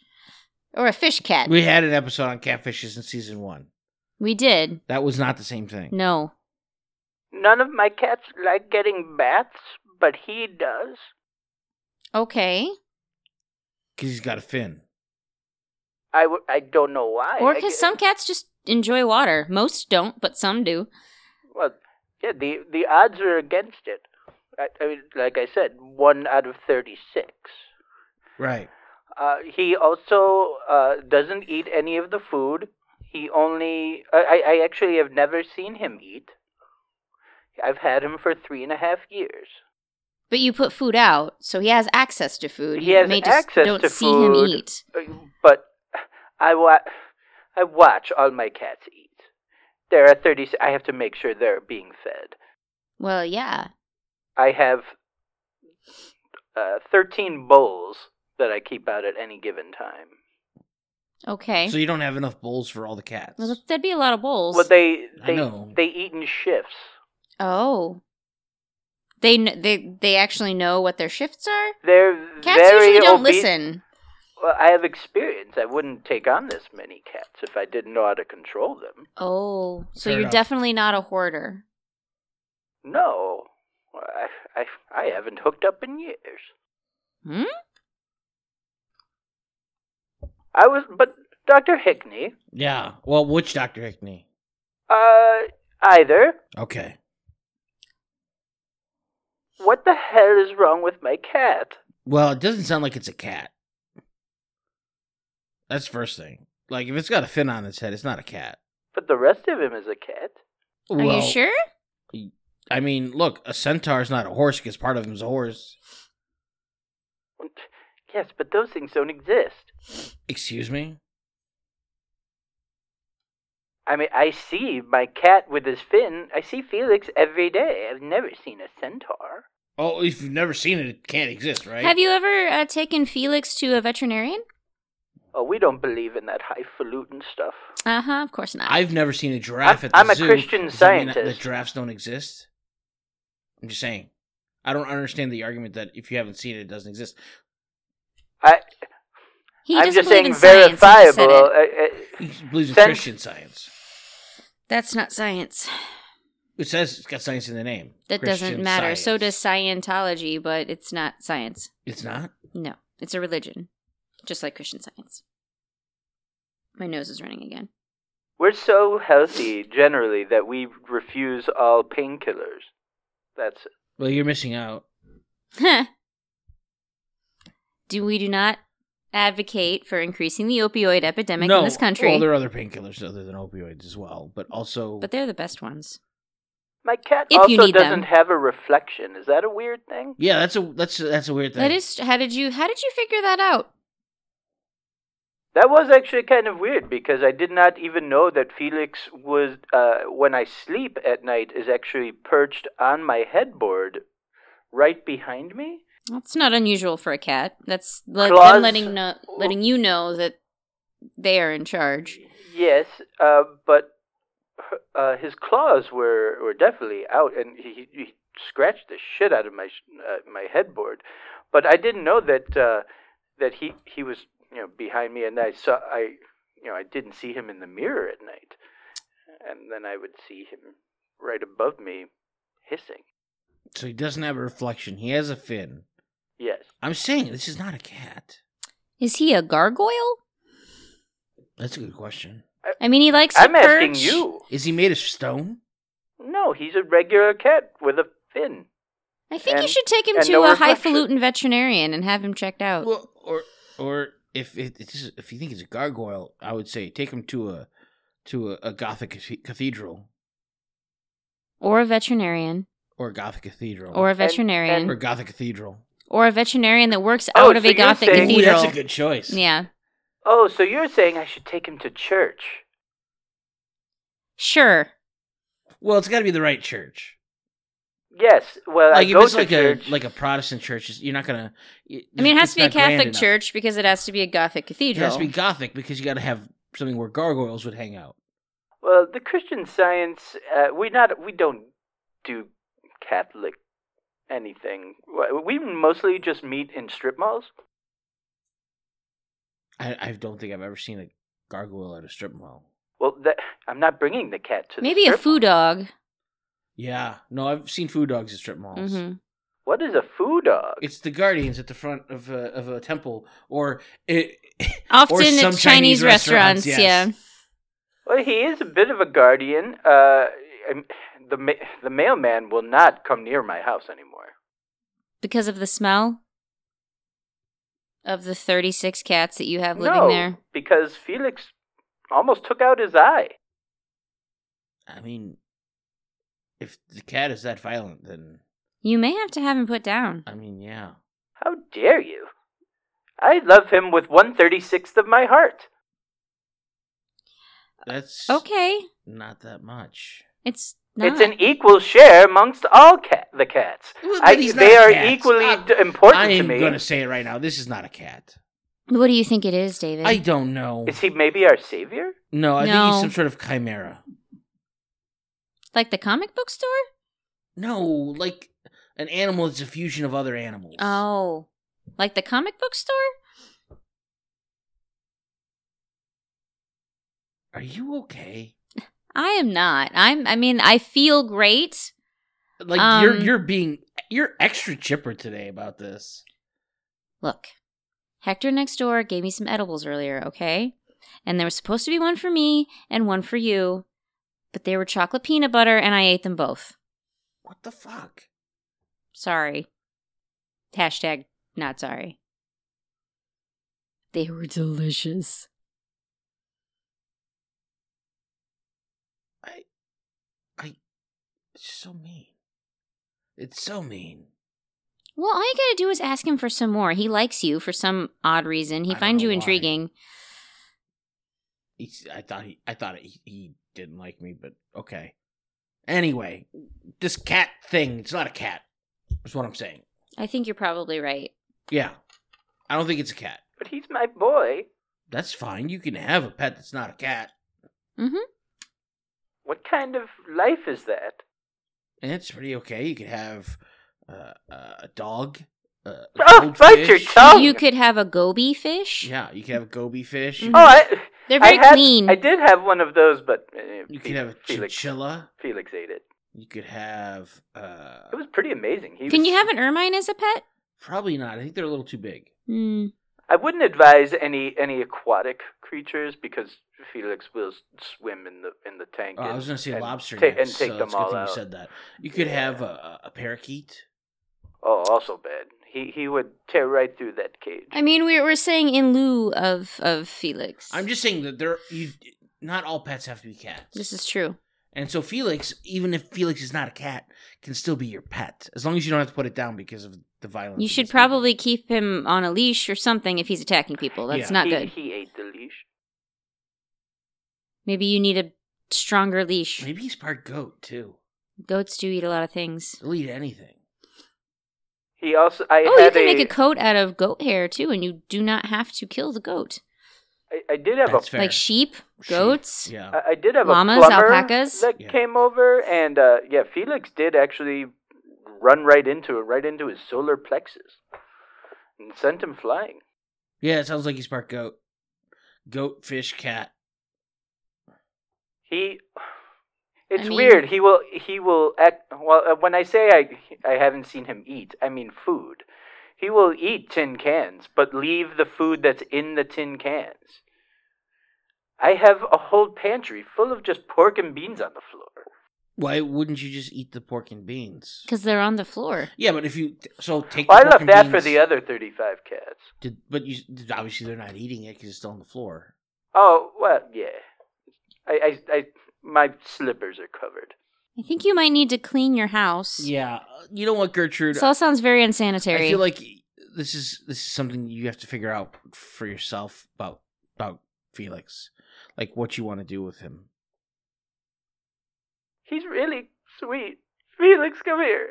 Speaker 2: Or a fish cat?
Speaker 1: We had an episode on catfishes in season one.
Speaker 2: we did.
Speaker 1: That was not the same thing.
Speaker 2: No.
Speaker 3: None of my cats like getting baths, but he does.
Speaker 2: Okay.
Speaker 1: Because he's got a fin.
Speaker 3: I, w- I don't know why.
Speaker 2: Or
Speaker 3: I
Speaker 2: because
Speaker 3: guess-
Speaker 2: some cats just enjoy water. Most don't, but some do.
Speaker 3: Well, yeah, the the odds are against it. I, I mean, like I said, one out of thirty-six.
Speaker 1: Right.
Speaker 3: Uh, he also uh, doesn't eat any of the food. He only. I, I I actually have never seen him eat. I've had him for three and a half years.
Speaker 2: But you put food out, so he has access to food.
Speaker 3: He has
Speaker 2: you may
Speaker 3: access
Speaker 2: just don't
Speaker 3: to
Speaker 2: see
Speaker 3: food.
Speaker 2: him eat.
Speaker 3: Uh, But I, wa- I watch all my cats eat. There are 30. I have to make sure they're being fed.
Speaker 2: Well, yeah.
Speaker 3: I have uh, 13 bowls that I keep out at any given time.
Speaker 2: Okay.
Speaker 1: So you don't have enough bowls for all the cats.
Speaker 2: well, that'd be a lot of bowls.
Speaker 3: Well, they
Speaker 1: I
Speaker 3: they
Speaker 1: know.
Speaker 3: they eat in shifts.
Speaker 2: oh. They kn- they they actually know what their shifts are.
Speaker 3: They're
Speaker 2: Cats
Speaker 3: very
Speaker 2: usually don't
Speaker 3: obe-
Speaker 2: listen.
Speaker 3: Well, I have experience. I wouldn't take on this many cats if I didn't know how to control them.
Speaker 2: Oh, so
Speaker 1: Fair
Speaker 2: you're
Speaker 1: enough.
Speaker 2: definitely not a hoarder.
Speaker 3: No, I I, I haven't hooked up in years.
Speaker 2: Hmm.
Speaker 3: I was, but Doctor Hickney,
Speaker 1: yeah. Well, which Dr. Hickney?
Speaker 3: uh, either
Speaker 1: Okay.
Speaker 3: what the hell is wrong with my cat?
Speaker 1: Well, it doesn't sound like it's a cat. That's the first thing. Like, if it's got a fin on its head, it's not a cat.
Speaker 3: But the rest of him is a cat.
Speaker 2: Are you sure?
Speaker 1: I mean, look, a centaur is not a horse because part of him's a horse.
Speaker 3: Yes, but those things don't exist.
Speaker 1: Excuse me?
Speaker 3: I mean, I see my cat with his fin. I see Felix every day. I've never seen a centaur.
Speaker 1: Oh, if you've never seen it, it can't exist, right?
Speaker 2: Have you ever uh, taken Felix to a veterinarian?
Speaker 3: Oh, we don't believe in that highfalutin stuff.
Speaker 2: Uh huh. Of course not.
Speaker 1: I've never seen a giraffe
Speaker 3: I'm-
Speaker 1: at the
Speaker 3: I'm a
Speaker 1: zoo.
Speaker 3: Christian
Speaker 1: Does that mean that-
Speaker 3: scientist.
Speaker 1: That giraffes don't exist. I'm just saying. I don't understand the argument that if you haven't seen it, it doesn't exist.
Speaker 3: I
Speaker 2: He
Speaker 3: I'm
Speaker 2: doesn't
Speaker 3: just
Speaker 2: believe
Speaker 3: saying
Speaker 2: in science, he just said
Speaker 3: verifiable.
Speaker 2: it.
Speaker 3: uh,
Speaker 1: He believes in
Speaker 3: Sen-
Speaker 1: Christian science.
Speaker 2: That's not science.
Speaker 1: It says it's got science in the name.
Speaker 2: That
Speaker 1: Christian
Speaker 2: doesn't matter. So does
Speaker 1: science.
Speaker 2: Scientology, but it's not science.
Speaker 1: It's not.
Speaker 2: No, it's a religion, just like Christian science. My nose is running again.
Speaker 3: We're so healthy generally that we refuse all painkillers. That's
Speaker 1: Well, you're missing out.
Speaker 2: Huh. do we do not advocate for increasing the opioid epidemic in this country?
Speaker 1: Well, there are other painkillers other than opioids as well, but also
Speaker 2: but they're the best ones.
Speaker 3: my cat.
Speaker 2: If
Speaker 3: also
Speaker 2: you need them.
Speaker 3: doesn't have a reflection. Is that a weird thing?
Speaker 1: yeah, that's a that's that's a weird thing.
Speaker 2: That is how did you how did you figure that out?
Speaker 3: That was actually kind of weird because I did not even know that Felix was, uh, when I sleep at night, is actually perched on my headboard right behind me.
Speaker 2: That's not unusual for a cat. That's le-
Speaker 3: Claws.
Speaker 2: them letting know, letting you know that they are in charge.
Speaker 3: Yes, uh, but her- uh, his claws were, were definitely out and he, he he scratched the shit out of my, sh- uh, my headboard. But I didn't know that, uh, that he, he was you know, behind me and I saw, I, you know, I didn't see him in the mirror at night. And then I would see him right above me hissing.
Speaker 1: so he doesn't have a reflection. He has a fin.
Speaker 3: Yes.
Speaker 1: I'm saying this is not a cat.
Speaker 2: Is he a gargoyle?
Speaker 1: That's a good question.
Speaker 2: I mean, he likes. to
Speaker 3: I'm asking
Speaker 2: perch.
Speaker 3: you.
Speaker 1: Is he made of stone?
Speaker 3: No, he's a regular cat with a fin.
Speaker 2: I think you
Speaker 3: and-
Speaker 2: should take him
Speaker 3: and
Speaker 2: to
Speaker 3: no
Speaker 2: a
Speaker 3: reflection.
Speaker 2: highfalutin veterinarian and have him checked out.
Speaker 1: Well, or or if it, it's just- if you think it's a gargoyle, I would say take him to a to a, a Gothic cathe- cathedral
Speaker 2: or a veterinarian,
Speaker 1: or a Gothic cathedral
Speaker 2: or a
Speaker 3: And-
Speaker 2: veterinarian,
Speaker 1: or a Gothic cathedral.
Speaker 2: or a veterinarian that works
Speaker 3: Oh,
Speaker 2: out of
Speaker 3: so
Speaker 2: a
Speaker 3: you're
Speaker 2: Gothic
Speaker 3: saying-
Speaker 1: Ooh,
Speaker 2: cathedral.
Speaker 1: that's a good choice.
Speaker 2: yeah,
Speaker 3: Oh, so you're saying I should take him to church?
Speaker 2: sure.
Speaker 1: Well, it's got to be the right church.
Speaker 3: Yes. Well,
Speaker 1: like
Speaker 3: I
Speaker 1: if
Speaker 3: go
Speaker 1: it's
Speaker 3: to
Speaker 1: like
Speaker 3: church.
Speaker 1: a like a Protestant church, it's- you're not gonna.
Speaker 2: I mean, it has to be a
Speaker 1: it's not grand
Speaker 2: Catholic
Speaker 1: enough.
Speaker 2: church because it has to be a Gothic
Speaker 1: It
Speaker 2: cathedral.
Speaker 1: has to be Gothic because you got to have something where gargoyles would hang out.
Speaker 3: well, the Christian Science. Uh, we not. We don't do Catholic anything. We mostly just meet in strip malls.
Speaker 1: I, I don't think I've ever seen a gargoyle at a strip mall.
Speaker 3: Well, that, I'm not bringing the cat to the
Speaker 2: Maybe a
Speaker 3: strip
Speaker 2: foo
Speaker 3: mall.
Speaker 2: dog.
Speaker 1: Yeah, no, I've seen food dogs at strip malls.
Speaker 2: hmm
Speaker 3: What is a food dog?
Speaker 1: It's the guardians at the front of a, of a temple, or it,
Speaker 2: Often
Speaker 1: Or
Speaker 2: at
Speaker 1: some
Speaker 2: Chinese,
Speaker 1: Chinese
Speaker 2: restaurants,
Speaker 1: restaurants,
Speaker 2: yeah.
Speaker 1: yes.
Speaker 3: Well, he is a bit of a guardian. Uh, and the ma- the mailman will not come near my house anymore.
Speaker 2: Because of the smell of the 36 cats that you have living
Speaker 3: no,
Speaker 2: there.
Speaker 3: because Felix almost took out his eye.
Speaker 1: I mean, if the cat is that violent, then
Speaker 2: You may have to have him put down.
Speaker 1: I mean, yeah.
Speaker 3: How dare you? I love him with one thirty sixth of my heart.
Speaker 1: That's
Speaker 2: Uh, Okay.
Speaker 1: Not that much.
Speaker 2: It's not.
Speaker 3: It's an equal share amongst all cat the cats.
Speaker 1: Well,
Speaker 3: I,
Speaker 1: but he's
Speaker 3: they
Speaker 1: not
Speaker 3: are
Speaker 1: cats.
Speaker 3: equally
Speaker 1: I'm-
Speaker 3: d- important
Speaker 1: I
Speaker 3: to
Speaker 1: am
Speaker 3: me.
Speaker 1: gonna say it right now. This is not a cat.
Speaker 2: what do you think it is, David?
Speaker 1: I don't know.
Speaker 3: Is he maybe our savior?
Speaker 1: No, I think
Speaker 2: No.
Speaker 1: he's some sort of chimera.
Speaker 2: like the comic book store?
Speaker 1: No, like an animal that's a fusion of other animals.
Speaker 2: Oh. Like the comic book store?
Speaker 1: Are you okay?
Speaker 2: I am not. I'm I mean, I feel great.
Speaker 1: Like you're
Speaker 2: Um,
Speaker 1: you're being you're extra chipper today about this.
Speaker 2: Look. Hector next door gave me some edibles earlier, okay? And there was supposed to be one for me and one for you, but they were chocolate peanut butter and I ate them both.
Speaker 1: What the fuck?
Speaker 2: Sorry. Hashtag not sorry. They were delicious.
Speaker 1: I I it's so mean. It's so mean.
Speaker 2: Well, all you gotta do is ask him for some more. He likes you for some odd reason.
Speaker 1: I
Speaker 2: He
Speaker 1: don't
Speaker 2: finds
Speaker 1: know
Speaker 2: you
Speaker 1: why.
Speaker 2: intriguing.
Speaker 1: He's, I thought he I thought he, he didn't like me, but okay. Anyway, this cat thing, it's not a cat. Is what I'm saying.
Speaker 2: I think you're probably right.
Speaker 1: Yeah. I don't think it's a cat.
Speaker 3: But he's my boy.
Speaker 1: That's fine. You can have a pet that's not a cat.
Speaker 2: Mm-hmm.
Speaker 3: What kind of life is that?
Speaker 1: and it's pretty okay. You could have uh, uh, a dog, uh,
Speaker 3: Oh, bite your
Speaker 1: goldfish.
Speaker 3: tongue.
Speaker 2: You could have a goby fish.
Speaker 1: Yeah, you could have a goby fish.
Speaker 2: Mhm.
Speaker 3: Oh, I,
Speaker 2: They're
Speaker 3: I
Speaker 2: very
Speaker 3: had,
Speaker 2: clean.
Speaker 3: I did have one of those, but uh,
Speaker 1: You
Speaker 3: Fe-
Speaker 1: could have a
Speaker 3: Felix,
Speaker 1: chinchilla.
Speaker 3: Felix ate it.
Speaker 1: You could have uh,
Speaker 3: It was pretty amazing. He
Speaker 2: Can
Speaker 3: was-
Speaker 2: you have an ermine as a pet?
Speaker 1: probably not. I think they're a little too big.
Speaker 2: Hmm.
Speaker 3: I wouldn't advise any any aquatic creatures because Felix will s- swim in the in the tank.
Speaker 1: Oh, I was going to say
Speaker 3: and
Speaker 1: lobster
Speaker 3: ta-
Speaker 1: next,
Speaker 3: and take
Speaker 1: so
Speaker 3: them
Speaker 1: it's a good
Speaker 3: all
Speaker 1: thing
Speaker 3: out.
Speaker 1: you said that. You could
Speaker 3: Yeah.
Speaker 1: have a, a parakeet.
Speaker 3: Oh, also bad. He he would tear right through that cage.
Speaker 2: I mean, we're we're saying in lieu of of Felix.
Speaker 1: I'm just saying that there you not all pets have to be cats.
Speaker 2: This is true.
Speaker 1: And so Felix, even if Felix is not a cat, can still be your pet as long as you don't have to put it down because of the violence.
Speaker 2: You should
Speaker 1: against people.
Speaker 2: probably keep him on a leash or something if he's attacking people. That's
Speaker 1: Yeah.
Speaker 2: not
Speaker 3: he,
Speaker 2: good.
Speaker 3: He ate the leash.
Speaker 2: Maybe you need a stronger leash.
Speaker 1: Maybe he's part goat too.
Speaker 2: Goats do eat a lot of things.
Speaker 1: He'll eat anything.
Speaker 3: He also I
Speaker 2: oh, you
Speaker 3: had
Speaker 2: can make a coat out of goat hair too, and you do not have to kill the goat.
Speaker 3: I, I did have
Speaker 1: That's
Speaker 3: a
Speaker 1: fair.
Speaker 2: Like sheep,
Speaker 1: Sheep,
Speaker 2: goats.
Speaker 1: Yeah.
Speaker 3: I I did have
Speaker 2: Llamas,
Speaker 3: a plumber
Speaker 2: alpacas?
Speaker 3: that
Speaker 1: Yeah.
Speaker 3: came over, and uh, yeah, Felix did actually run right into it, right into his solar plexus, and sent him flying.
Speaker 1: yeah, it sounds like he's part goat. Goat, fish, cat.
Speaker 3: He, it's
Speaker 2: mean-
Speaker 3: weird. He will he will act. Well, uh, when I say I I haven't seen him eat, I mean food. He will eat tin cans, but leave the food that's in the tin cans. I have a whole pantry full of just pork and beans on the floor.
Speaker 1: Why wouldn't you just eat the pork and beans?
Speaker 2: Because they're on the floor.
Speaker 1: Yeah, but if you so take.
Speaker 3: Well,
Speaker 1: the
Speaker 3: I
Speaker 1: pork
Speaker 3: left
Speaker 1: and
Speaker 3: that for
Speaker 1: beans-
Speaker 3: the other thirty-five cats.
Speaker 1: Did, but you obviously they're not eating it because it's still on the floor.
Speaker 3: Oh well, yeah. I, I, I, my slippers are covered.
Speaker 2: I think you might need to clean your house.
Speaker 1: Yeah, Uh, you know what, Gertrude?
Speaker 2: This all sounds very
Speaker 1: I
Speaker 2: unsanitary.
Speaker 1: feel like this is this is something you have to figure out for yourself about about Felix, like what you want to do with him.
Speaker 3: He's really sweet. Felix, come here.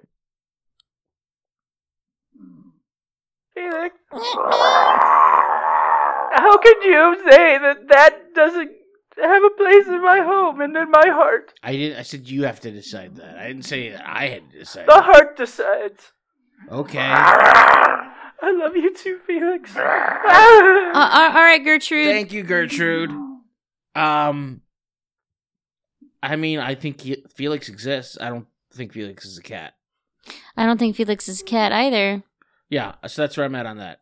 Speaker 3: Felix, how could you say that that doesn't have a place in my home and in my heart?
Speaker 1: I didn't. I said you have to decide that. I didn't say I had to decide.
Speaker 3: The heart decides.
Speaker 1: Okay.
Speaker 3: I love you too, Felix.
Speaker 2: Uh, uh, all right, Gertrude.
Speaker 1: Thank you, Gertrude. Um, I mean, I think he, Felix exists. I don't think Felix is a cat.
Speaker 2: I don't think Felix is a cat either.
Speaker 1: Yeah, so that's where I'm at on that.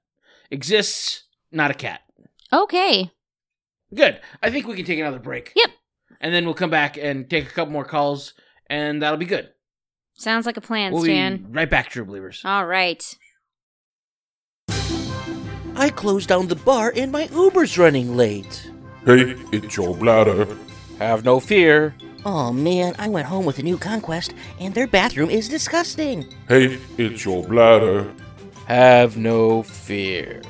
Speaker 1: Exists, not a cat.
Speaker 2: Okay.
Speaker 1: Good. I think we can take another break.
Speaker 2: Yep.
Speaker 1: And then we'll come back and take a couple more calls, and that'll be good.
Speaker 2: Sounds like a plan,
Speaker 1: we'll
Speaker 2: Stan.
Speaker 1: be right back, True Believers.
Speaker 2: All right.
Speaker 8: I closed down the bar and my Uber's running late.
Speaker 9: Hey, it's your bladder.
Speaker 10: Have no fear.
Speaker 8: Oh man, I went home with a new conquest and their bathroom is disgusting.
Speaker 9: Hey, it's your bladder.
Speaker 10: Have no fear.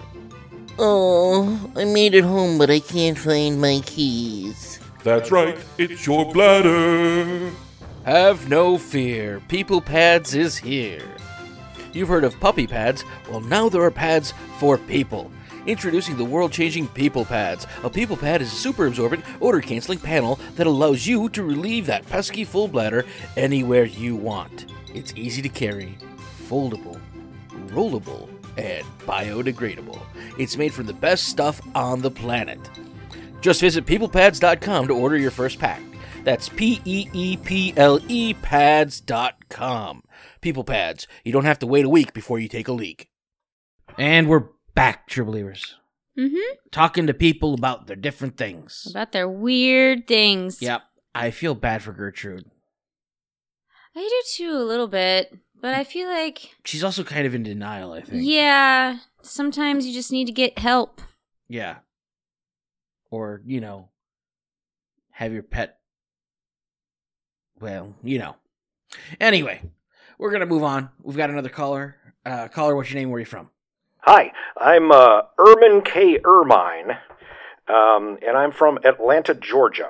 Speaker 8: Oh, I made it home but I can't find my keys.
Speaker 9: That's right, it's your bladder.
Speaker 10: Have no fear. People Pads is here. You've heard of puppy pads? Well, now there are pads for people. Introducing the world changing People Pads. A People Pad is a super absorbent, odor canceling panel that allows you to relieve that pesky full bladder anywhere you want. It's easy to carry, foldable, rollable, and biodegradable. It's made from the best stuff on the planet. Just visit peoplepads.com to order your first pack. That's P E E P L E pads.com. People Pads. You don't have to wait a week before you take a leak.
Speaker 1: And we're back, True Believers,
Speaker 2: Mm-hmm.
Speaker 1: talking to people about their different things.
Speaker 2: About their weird things.
Speaker 1: Yep. I feel bad for Gertrude.
Speaker 2: I do too, a little bit. But I feel like,
Speaker 1: She's also kind of in denial, I think.
Speaker 2: yeah, sometimes you just need to get help.
Speaker 1: Yeah. Or, you know, have your pet. Well, you know. Anyway, we're going to move on. We've got another caller. Uh, caller, what's your name? Where are you from?
Speaker 11: Hi, I'm uh, Ermine K. Ermine, um, and I'm from Atlanta, Georgia.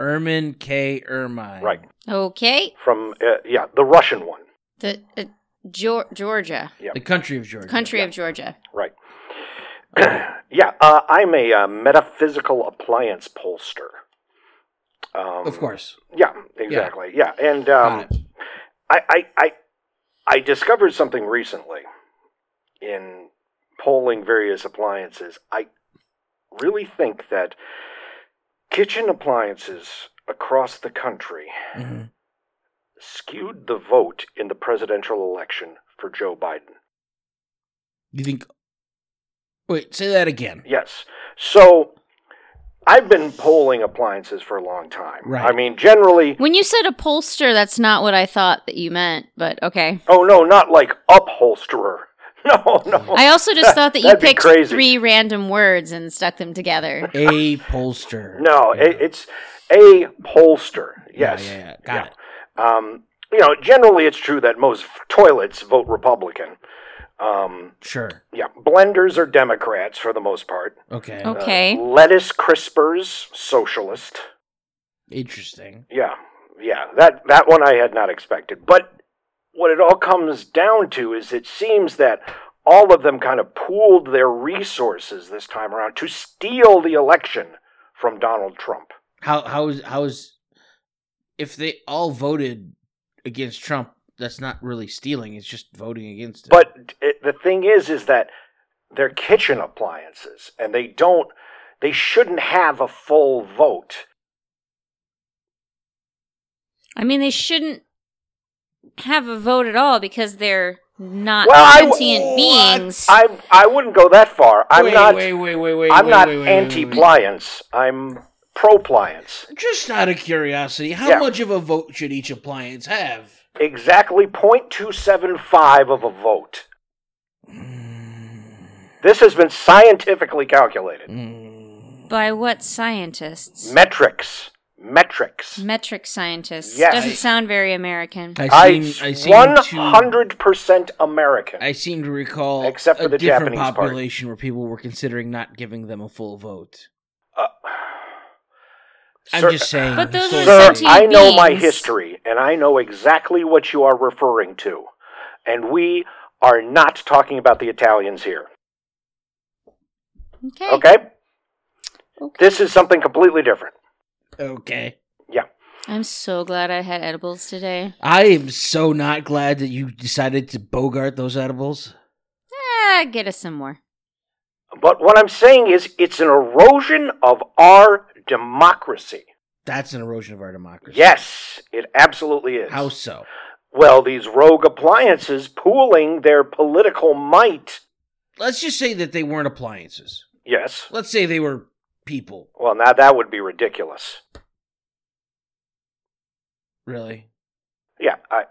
Speaker 1: Ermin K. Ermine.
Speaker 11: Right.
Speaker 2: Okay.
Speaker 11: From, uh, yeah, the Russian one.
Speaker 2: The uh, Geor- Georgia,
Speaker 11: Yeah.
Speaker 1: The country of Georgia.
Speaker 2: country of Georgia.
Speaker 11: Right. yeah, uh, I'm a uh, metaphysical appliance pollster. Um,
Speaker 1: Of course.
Speaker 11: Yeah, exactly. Yeah, and um,
Speaker 1: Got it.
Speaker 11: I, I, I, I discovered something recently in polling various appliances, I really think that kitchen appliances across the country
Speaker 1: Mm-hmm.
Speaker 11: skewed the vote in the presidential election for Joe Biden.
Speaker 1: You think? Wait, say that again.
Speaker 11: Yes. So I've been polling appliances for a long time.
Speaker 1: Right.
Speaker 11: I mean, generally,
Speaker 2: When you said upholster, that's not what I thought that you meant, but okay.
Speaker 11: oh no, not like upholsterer. No, no.
Speaker 2: I also just thought that you
Speaker 11: That'd be
Speaker 2: picked
Speaker 11: crazy.
Speaker 2: three random words and stuck them together.
Speaker 1: A pollster.
Speaker 11: No, it, it's a pollster. Yes.
Speaker 1: Yeah, yeah, yeah. Got it.
Speaker 11: Um, you know, generally it's true that most toilets vote Republican. Um,
Speaker 1: Sure.
Speaker 11: yeah, blenders are Democrats for the most part.
Speaker 1: Okay.
Speaker 11: Uh,
Speaker 2: Okay.
Speaker 11: lettuce crispers, socialist.
Speaker 1: Interesting.
Speaker 11: Yeah, yeah. That that one I had not expected. But what it all comes down to is it seems that all of them kind of pooled their resources this time around to steal the election from Donald Trump.
Speaker 1: How how is how is if they all voted against Trump? That's not really stealing. It's just voting against it.
Speaker 11: But it, the thing is, is that they're kitchen appliances, and they don't, they shouldn't have a full vote.
Speaker 2: I mean, they shouldn't have a vote at all because they're not
Speaker 11: I w-
Speaker 2: sentient beings.
Speaker 11: I I wouldn't go that far. I'm
Speaker 1: wait,
Speaker 11: not.
Speaker 1: Wait, wait, wait, wait.
Speaker 11: I'm
Speaker 1: wait,
Speaker 11: not
Speaker 1: wait, wait, wait, wait.
Speaker 11: anti-pliance. I'm pro-pliance.
Speaker 1: Just out of curiosity, how
Speaker 11: Yeah.
Speaker 1: much of a vote should each appliance have?
Speaker 11: Exactly 0.275 of a vote. This has been scientifically calculated.
Speaker 2: Mm. By what scientists?
Speaker 11: Metrics. Metrics.
Speaker 2: Metric scientists.
Speaker 11: Yes.
Speaker 2: Doesn't sound very American.
Speaker 11: I,
Speaker 1: seem, I seem to,
Speaker 11: 100% American.
Speaker 1: I seem to recall
Speaker 11: Except for
Speaker 1: a
Speaker 11: the
Speaker 1: different
Speaker 11: Japanese part.
Speaker 1: population where people were considering not giving them a full vote. I'm
Speaker 11: Sir-
Speaker 1: just saying.
Speaker 2: But those are
Speaker 1: historically-
Speaker 11: Sir,
Speaker 2: sentient
Speaker 11: I know my
Speaker 2: beings.
Speaker 11: history, and I know exactly what you are referring to. And we are not talking about the Italians here.
Speaker 2: Okay.
Speaker 11: Okay?
Speaker 2: Okay.
Speaker 11: This is something completely different.
Speaker 1: Okay.
Speaker 11: Yeah.
Speaker 2: I'm so glad I had edibles today.
Speaker 1: I am so not glad that you decided to bogart those edibles.
Speaker 2: Ah, get us some more.
Speaker 11: But what I'm saying is, it's an erosion of our democracy.
Speaker 1: That's an erosion of our democracy.
Speaker 11: Yes, it absolutely is.
Speaker 1: How so?
Speaker 11: Well, these rogue appliances pooling their political might.
Speaker 1: Let's just say that they weren't appliances.
Speaker 11: Yes.
Speaker 1: Let's say they were people.
Speaker 11: Well, now that would be ridiculous.
Speaker 1: Really?
Speaker 11: Yeah, I.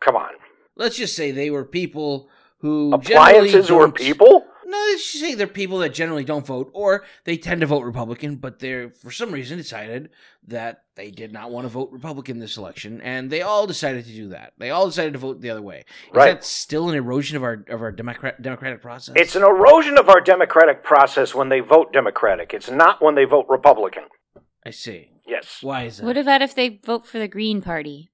Speaker 11: Come on.
Speaker 1: Let's just say they were people who
Speaker 11: Appliances
Speaker 1: generally
Speaker 11: or
Speaker 1: don't-
Speaker 11: people?
Speaker 1: No, let's just say they're people that generally don't vote, or they tend to vote Republican, but they're for some reason decided that they did not want to vote Republican this election, and they all decided to do that. They all decided to vote the other way. Is
Speaker 11: Right.
Speaker 1: that still an erosion of our of our democrat, democratic process?
Speaker 11: It's an erosion of our democratic process when they vote Democratic. It's not when they vote Republican.
Speaker 1: I see.
Speaker 11: Yes.
Speaker 1: Why is that?
Speaker 2: What about if they vote for the Green Party?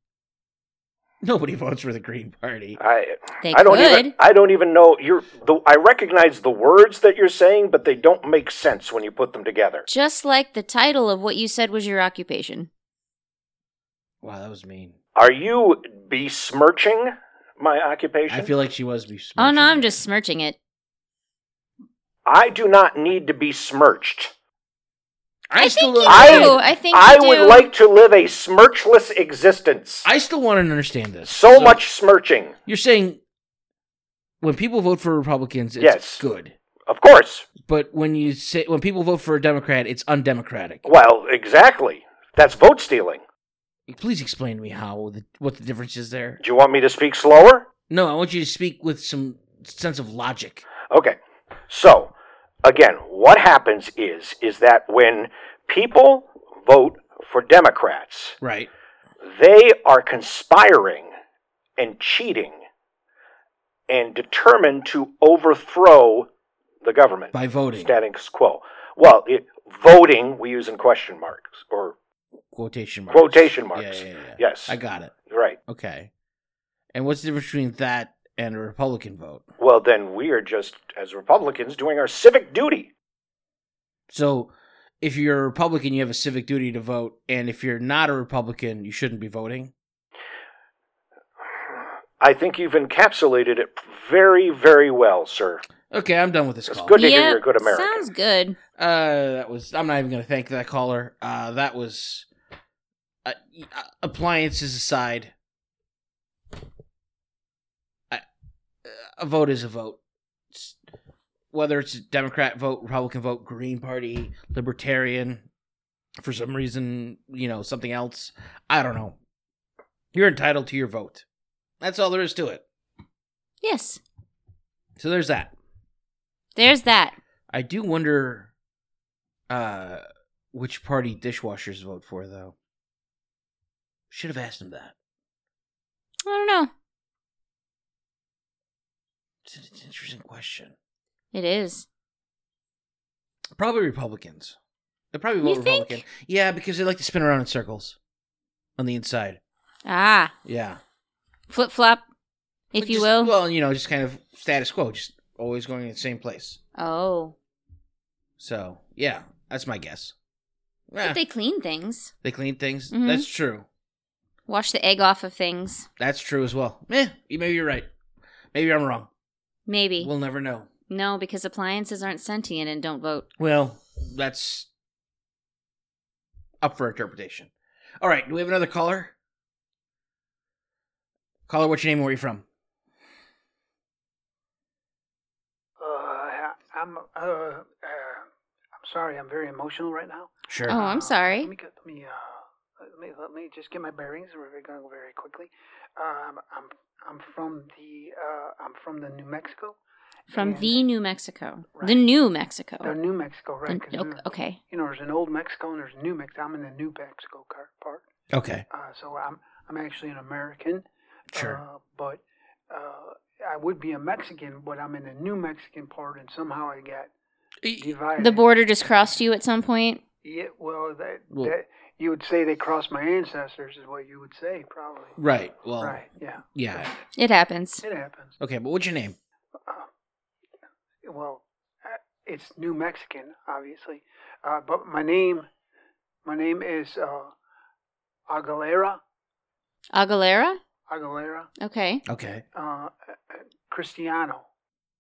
Speaker 1: Nobody votes for the Green Party.
Speaker 11: I
Speaker 2: They
Speaker 11: I don't
Speaker 2: could.
Speaker 11: even I don't even know you're the, I recognize the words that you're saying, but they don't make sense when you put them together.
Speaker 2: Just like the title of what you said was your occupation.
Speaker 1: Wow, that was mean.
Speaker 11: Are you besmirching my occupation?
Speaker 1: I feel like she was besmirching.
Speaker 2: Oh no, I'm just smirching it.
Speaker 11: I do not need to be smirched.
Speaker 1: I,
Speaker 2: I
Speaker 1: still
Speaker 2: think
Speaker 1: don't
Speaker 2: you
Speaker 1: understand.
Speaker 2: do.
Speaker 1: I,
Speaker 2: I think
Speaker 11: I
Speaker 2: you
Speaker 11: would
Speaker 2: do.
Speaker 11: like to live a smirchless existence.
Speaker 1: still want to understand this.
Speaker 11: so, much smirching,
Speaker 1: You're saying when people vote for Republicans, it's
Speaker 11: Yes.
Speaker 1: good.
Speaker 11: of course.
Speaker 1: But when you say when people vote for a Democrat, it's undemocratic.
Speaker 11: Well, exactly. That's vote stealing.
Speaker 1: Please explain to me how the, what the difference is there.
Speaker 11: Do you want me to speak slower?
Speaker 1: No, I want you to speak with some sense of logic.
Speaker 11: Okay. So, again, what happens is is that when people vote for Democrats,
Speaker 1: Right.
Speaker 11: they are conspiring and cheating and determined to overthrow the government
Speaker 1: By voting.
Speaker 11: status quo. Well, it, voting we use in question marks or
Speaker 1: Quotation marks.
Speaker 11: Quotation marks.
Speaker 1: Yeah, yeah, yeah.
Speaker 11: Yes.
Speaker 1: I got it.
Speaker 11: right.
Speaker 1: Okay. And what's the difference between that and a Republican vote?
Speaker 11: Well, then we are just as Republicans doing our civic duty.
Speaker 1: So if you're a Republican, you have a civic duty to vote, and if you're not a Republican, you shouldn't be voting.
Speaker 11: I think you've encapsulated it very, very well, sir.
Speaker 1: Okay, I'm done with this
Speaker 11: It's
Speaker 1: call.
Speaker 11: good to hear you're a good American.
Speaker 2: Sounds good.
Speaker 1: Uh, that was. I'm not even going to thank that caller. Uh, that was. Uh, y- uh, appliances aside, I, uh, a vote is a vote. It's- whether it's a Democrat vote, Republican vote, Green Party, Libertarian, for some reason, you know, something else. I don't know. You're entitled to your vote. That's all there is to it.
Speaker 2: Yes.
Speaker 1: So there's that.
Speaker 2: There's that.
Speaker 1: I do wonder uh which party dishwashers vote for though. Should have asked him that.
Speaker 2: I don't know.
Speaker 1: It's an it's an interesting question.
Speaker 2: It is.
Speaker 1: Probably Republicans. They probably vote
Speaker 2: You think?
Speaker 1: Republican. Yeah, because they like to spin around in circles on the inside.
Speaker 2: Ah,
Speaker 1: Yeah.
Speaker 2: flip flop, if
Speaker 1: But
Speaker 2: you
Speaker 1: just-
Speaker 2: will.
Speaker 1: Well, you know, just kind of status quo, just always going in the same place.
Speaker 2: oh,
Speaker 1: So, yeah, that's my guess. Eh,
Speaker 2: but they clean things,
Speaker 1: they clean things.
Speaker 2: Mhm.
Speaker 1: That's true.
Speaker 2: wash the egg off of things.
Speaker 1: That's true as well. Eh, maybe you're right. Maybe I'm wrong.
Speaker 2: Maybe
Speaker 1: We'll never know.
Speaker 2: no, because appliances aren't sentient and don't vote.
Speaker 1: Well, that's up for interpretation. All right, do we have another caller? Caller, what's your name? and Where are you from?
Speaker 12: Uh, I'm uh, uh, I'm sorry. I'm very emotional right now.
Speaker 1: Sure.
Speaker 2: Oh, I'm sorry.
Speaker 12: Let me get, let me uh, let me let me just get my bearings. We're going very quickly. Um, I'm I'm from the uh, I'm from the New Mexico.
Speaker 2: From
Speaker 12: and-
Speaker 2: the New Mexico, the
Speaker 12: Right.
Speaker 2: New Mexico.
Speaker 12: The New Mexico, right?
Speaker 2: And-
Speaker 12: 'cause
Speaker 2: o-
Speaker 12: there-
Speaker 2: okay.
Speaker 12: You know, there's an old Mexico and there's New Mexico. I'm in the New Mexico car- part.
Speaker 1: Okay.
Speaker 12: Uh, so I'm I'm actually an American.
Speaker 1: Sure.
Speaker 12: Uh, but uh, I would be a Mexican, but I'm in the New Mexican part, and somehow I got divided.
Speaker 2: The border just crossed you at some point.
Speaker 12: Yeah, well, that,
Speaker 1: Well-
Speaker 12: that you would say they crossed my ancestors is what you would say, probably.
Speaker 1: Right. Well,
Speaker 12: right. Yeah.
Speaker 1: yeah.
Speaker 2: It happens.
Speaker 12: It happens. Uh,
Speaker 1: Okay, but what's your name?
Speaker 12: Well, uh, it's New Mexican, obviously, uh, but my name, my name is uh, Aguilera.
Speaker 2: Aguilera.
Speaker 12: Aguilera.
Speaker 2: Okay.
Speaker 1: Okay.
Speaker 12: Uh, uh, Cristiano.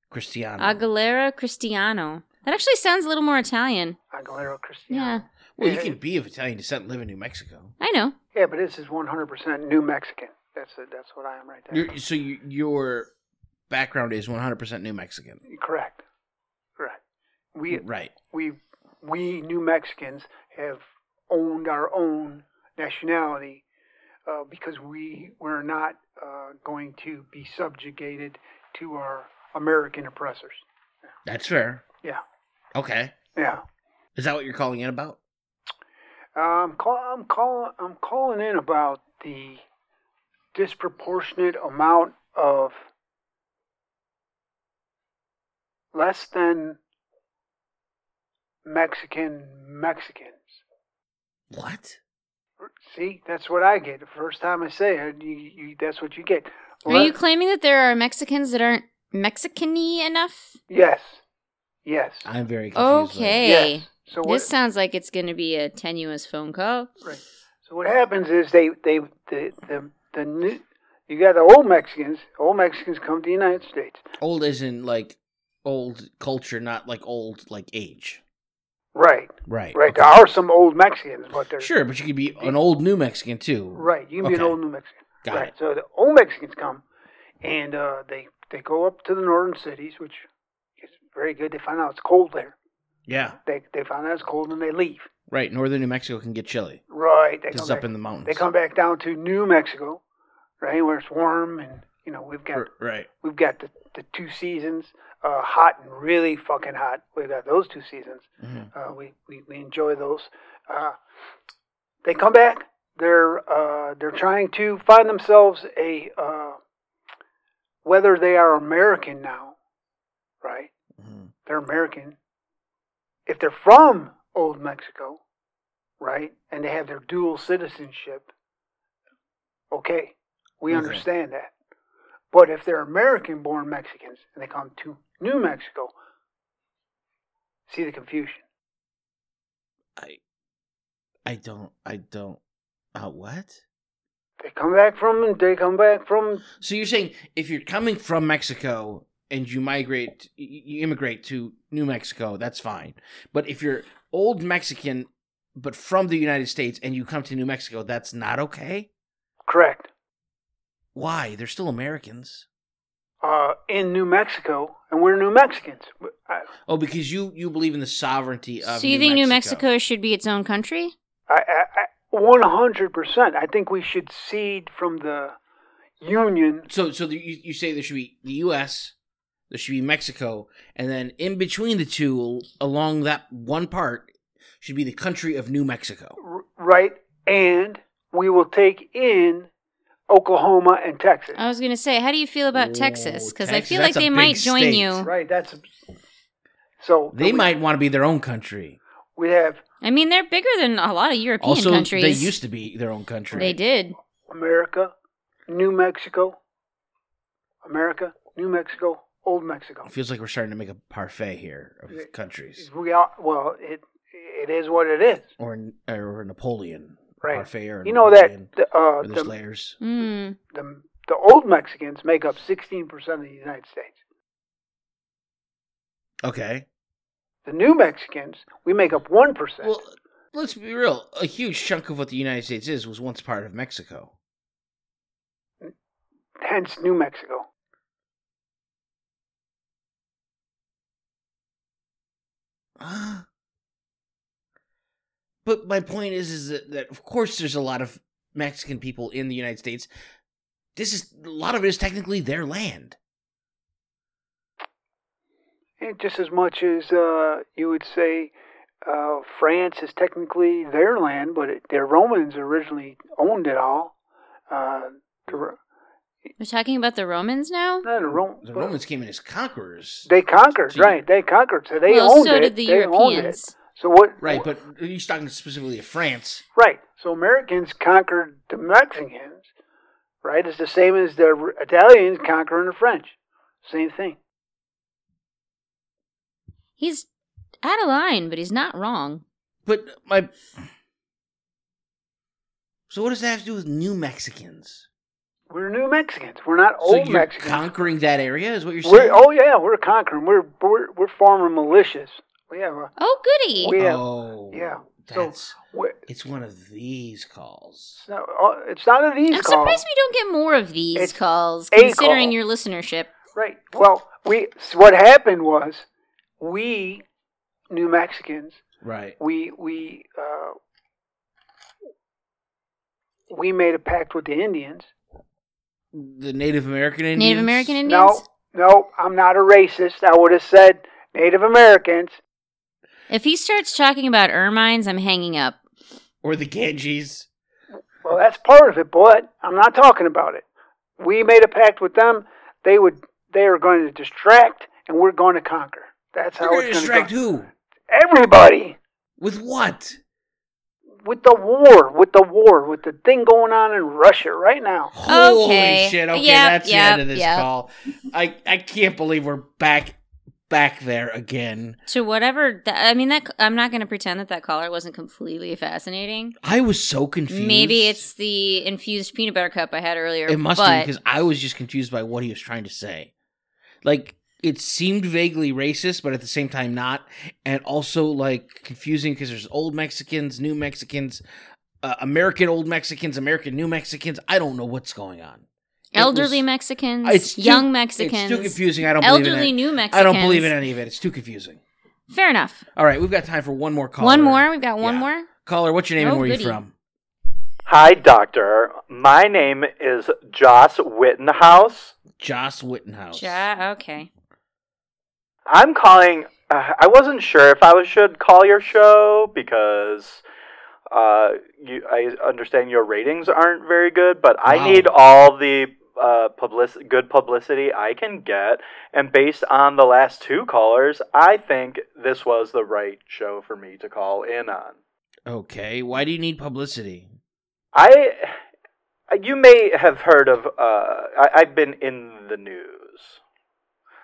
Speaker 1: Cristiano.
Speaker 2: Aguilera Cristiano. That actually sounds a little more Italian.
Speaker 12: Aguilera Cristiano.
Speaker 2: Yeah,
Speaker 1: well, you can be of Italian descent and live in New Mexico.
Speaker 2: I know.
Speaker 12: Yeah, but this is 100% New Mexican. That's it. That's what I am right there.
Speaker 1: You're, so you, your background is 100% New Mexican.
Speaker 12: Correct. Correct. We
Speaker 1: Right.
Speaker 12: we we New Mexicans have owned our own nationality uh, because we were not uh, going to be subjugated to our American oppressors.
Speaker 1: That's fair.
Speaker 12: Yeah,
Speaker 1: Okay.
Speaker 12: yeah.
Speaker 1: Is that what you're calling in about?
Speaker 12: Um, call, I'm call, I'm calling in about the disproportionate amount of less than Mexican Mexicans.
Speaker 1: What?
Speaker 12: See, that's what I get. The first time I say it, you, you, that's what you get.
Speaker 2: Are you
Speaker 12: Let-
Speaker 2: claiming that there are Mexicans that aren't Mexican-y enough?
Speaker 12: yes. Yes.
Speaker 1: I'm very confused. by that.
Speaker 2: Okay.
Speaker 12: Yes. So what,
Speaker 2: This sounds like it's going to be a tenuous phone call.
Speaker 12: right. so what happens is they, they, the, the, the, new, you got the old Mexicans. Old Mexicans come to the United States.
Speaker 1: Old isn't like old culture, not like old like age.
Speaker 12: Right.
Speaker 1: Right.
Speaker 12: Right.
Speaker 1: okay.
Speaker 12: There are some old Mexicans, but they're
Speaker 1: Sure, but you could be an old New Mexican too.
Speaker 12: right. You can be an
Speaker 1: Okay.
Speaker 12: old New Mexican.
Speaker 1: Got
Speaker 12: right.
Speaker 1: it.
Speaker 12: So the old Mexicans come, and uh, they they go up to the northern cities, which is very good. They find out it's cold there.
Speaker 1: Yeah.
Speaker 12: They they find out it's cold and they leave.
Speaker 1: Right. Northern New Mexico can get chilly
Speaker 12: Right. They
Speaker 1: because
Speaker 12: come
Speaker 1: it's up
Speaker 12: back,
Speaker 1: in the mountains.
Speaker 12: they come back down to New Mexico, right, where it's warm and you know we've got
Speaker 1: R- right.
Speaker 12: we've got the, the two seasons, uh, hot and really fucking hot. We've got those two seasons.
Speaker 1: Mhm.
Speaker 12: Uh, we, we we enjoy those. Uh, they come back. They're uh, they're trying to find themselves a uh, whether they are American now, right?
Speaker 1: Mhm.
Speaker 12: They're American. If they're from old Mexico, right, and they have their dual citizenship, okay, we
Speaker 1: Okay.
Speaker 12: understand that. But if they're American born Mexicans and they come to New Mexico, see the confusion.
Speaker 1: I I don't I don't uh what?
Speaker 12: They come back from. They come back from.
Speaker 1: So you're saying if you're coming from Mexico and you migrate, you immigrate to New Mexico, that's fine. But if you're old Mexican but from the United States and you come to New Mexico, that's not okay.
Speaker 12: Correct.
Speaker 1: Why? They're still Americans.
Speaker 12: Uh, in New Mexico, and we're New Mexicans. I,
Speaker 1: Oh, because you you believe in the sovereignty of.
Speaker 2: So you
Speaker 1: New
Speaker 2: think New
Speaker 1: Mexico.
Speaker 2: Mexico should be its own country?
Speaker 12: I, I, one hundred percent. I think we should cede from the union.
Speaker 1: So so the, you you say there should be the U.S. There should be Mexico, and then in between the two, along that one part, should be the country of New Mexico.
Speaker 12: r- right? And we will take in Oklahoma and Texas.
Speaker 2: I was going to say, how do you feel about Texas? Because I
Speaker 1: Texas,
Speaker 2: feel like
Speaker 1: that's a
Speaker 2: they
Speaker 1: big
Speaker 2: might join
Speaker 1: state.
Speaker 2: you.
Speaker 12: right. That's so
Speaker 1: They
Speaker 12: we,
Speaker 1: might want to be their own country.
Speaker 12: We have
Speaker 2: I mean, they're bigger than a lot of European
Speaker 1: also,
Speaker 2: countries.
Speaker 1: they used to be their own country.
Speaker 2: They did.
Speaker 12: America, New Mexico, America, New Mexico, Old Mexico.
Speaker 1: It feels like we're starting to make a parfait here of countries,
Speaker 12: We are well. It it is what it is.
Speaker 1: or or Napoleon,
Speaker 12: Right.
Speaker 1: Parfait or
Speaker 12: You know
Speaker 1: Napoleon,
Speaker 12: that the uh,
Speaker 1: where there's
Speaker 12: the,
Speaker 1: layers.
Speaker 2: Mm.
Speaker 12: the the old Mexicans make up sixteen percent of the United States.
Speaker 1: Okay.
Speaker 12: The new Mexicans we make up one percent.
Speaker 1: Well, let's be real. A huge chunk of what the United States is was once part of Mexico.
Speaker 12: Hence, New Mexico.
Speaker 1: but my point is, is that, that of course there's a lot of Mexican people in the United States. This is a lot of it is technically their land.
Speaker 12: And just as much as uh, you would say uh, France is technically their land, but it, the Romans originally owned it all. Uh, the, Ro-
Speaker 2: We're talking about the Romans now?
Speaker 12: not the, Rom-
Speaker 1: The Romans came in as conquerors,
Speaker 12: They conquered,
Speaker 1: Gee.
Speaker 12: right? They conquered, so they
Speaker 2: well,
Speaker 12: owned
Speaker 2: so
Speaker 12: it.
Speaker 2: did the
Speaker 12: they owned it.
Speaker 2: Europeans.
Speaker 12: So what?
Speaker 1: right? But you're talking specifically of France.
Speaker 12: Right. So Americans conquered the Mexicans, right? It's the same as the R- Italians conquering the French. Same thing.
Speaker 2: He's out of line, but he's not wrong.
Speaker 1: But my so what does that have to do with New Mexicans?
Speaker 12: We're new Mexicans. We're not
Speaker 1: so
Speaker 12: old
Speaker 1: you're
Speaker 12: Mexicans.
Speaker 1: conquering that area is what you're saying.
Speaker 12: We're, oh yeah, we're conquering. We're we're we're forming militias. We have a
Speaker 2: Oh, goody.
Speaker 12: we have
Speaker 1: Oh,
Speaker 12: yeah. So-
Speaker 1: That's
Speaker 12: we-
Speaker 1: it's one of these calls.
Speaker 12: it's not, oh, it's not of these
Speaker 2: I'm
Speaker 12: calls,
Speaker 2: surprised we don't get more of these
Speaker 12: It's
Speaker 2: calls,
Speaker 12: a
Speaker 2: considering
Speaker 12: call.
Speaker 2: your listenership.
Speaker 12: right? Well, we s- what happened was we New Mexicans
Speaker 1: Right.
Speaker 12: we we uh, we made a pact with the Indians.
Speaker 1: The Native American Indians.
Speaker 2: Native American Indians?
Speaker 12: No, no, I'm not a racist. I would have said Native Americans.
Speaker 2: If he starts talking about ermines, I'm hanging up.
Speaker 1: or the Ganges.
Speaker 12: Well, that's part of it, but I'm not talking about it. We made a pact with them. They would. They are going to distract, and we're going to conquer. That's
Speaker 1: You're
Speaker 12: how
Speaker 1: going to
Speaker 12: it's
Speaker 1: distract
Speaker 12: going to go.
Speaker 1: who?
Speaker 12: Everybody
Speaker 1: With what?
Speaker 12: with the war, with the war, with the thing going on in Russia right now.
Speaker 2: Okay.
Speaker 1: Holy shit. Okay,
Speaker 2: Yep,
Speaker 1: that's
Speaker 2: yep,
Speaker 1: the end of this
Speaker 2: yep.
Speaker 1: call. I I can't believe we're back back there again.
Speaker 2: To whatever, th- I mean, that I'm not going to pretend that that caller wasn't completely fascinating.
Speaker 1: I was so confused.
Speaker 2: Maybe it's the infused peanut butter cup I had earlier.
Speaker 1: It must
Speaker 2: but
Speaker 1: be because I was just confused by what he was trying to say. Like it seemed vaguely racist, but at the same time not, and also like confusing because there's old Mexicans, new Mexicans, uh, American old Mexicans, American new Mexicans. I don't know what's going on. It
Speaker 2: elderly
Speaker 1: was-
Speaker 2: Mexicans,
Speaker 1: It's too-
Speaker 2: Mm. young
Speaker 1: It's
Speaker 2: Mexicans,
Speaker 1: too confusing. I don't believe in
Speaker 2: elderly
Speaker 1: it.
Speaker 2: new Mexicans.
Speaker 1: I don't believe in any of it. It's too confusing.
Speaker 2: Fair enough.
Speaker 1: All right, we've got time for one more caller.
Speaker 2: One more. We've got one
Speaker 1: Yeah.
Speaker 2: more.
Speaker 1: Caller, what's your name and
Speaker 2: Oh,
Speaker 1: where
Speaker 2: goody.
Speaker 1: you from?
Speaker 3: Hi, Doctor. My name is Joss Wittenhouse.
Speaker 1: Joss Wittenhouse.
Speaker 2: Ja- okay.
Speaker 3: I'm calling. Uh, I wasn't sure if I was- should call your show because uh, you, I understand your ratings aren't very good, but
Speaker 1: Wow.
Speaker 3: I need all the uh, public, good publicity I can get. And based on the last two callers, I think this was the right show for me to call in on.
Speaker 1: Okay, why do you need publicity?
Speaker 3: I, you may have heard of. Uh, I, I've been in the news.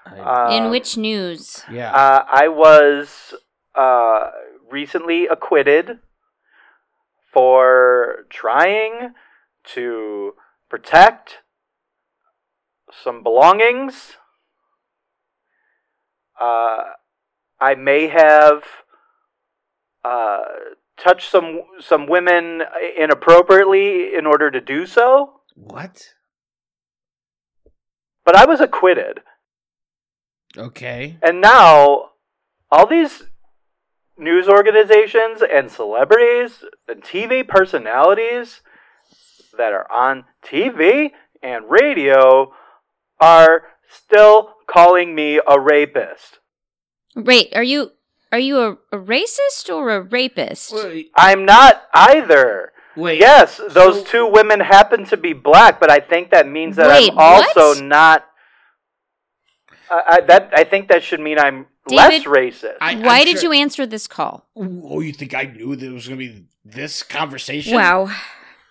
Speaker 1: I-
Speaker 3: Uh,
Speaker 2: in which news?
Speaker 1: yeah.
Speaker 3: Uh, I was uh, recently acquitted for trying to protect some belongings. Uh, I may have uh, touched some some women inappropriately in order to do so,
Speaker 1: What?
Speaker 3: but I was acquitted.
Speaker 1: Okay.
Speaker 3: And now, all these news organizations and celebrities and TV personalities that are on TV and radio are still calling me a rapist.
Speaker 2: Wait, are you are you a, a racist or a rapist?
Speaker 1: Wait.
Speaker 3: I'm not either.
Speaker 1: wait
Speaker 3: Yes, those
Speaker 1: so-
Speaker 3: two women happen to be black, but I think that means that
Speaker 2: Wait,
Speaker 3: I'm also
Speaker 2: what?
Speaker 3: not. I, I, that I think that should mean I'm less
Speaker 2: David,
Speaker 3: racist.
Speaker 1: I- I'm
Speaker 2: Why did
Speaker 1: sure-
Speaker 2: you answer this call?
Speaker 1: Oh, you think I knew there was going to be this conversation?
Speaker 2: Wow.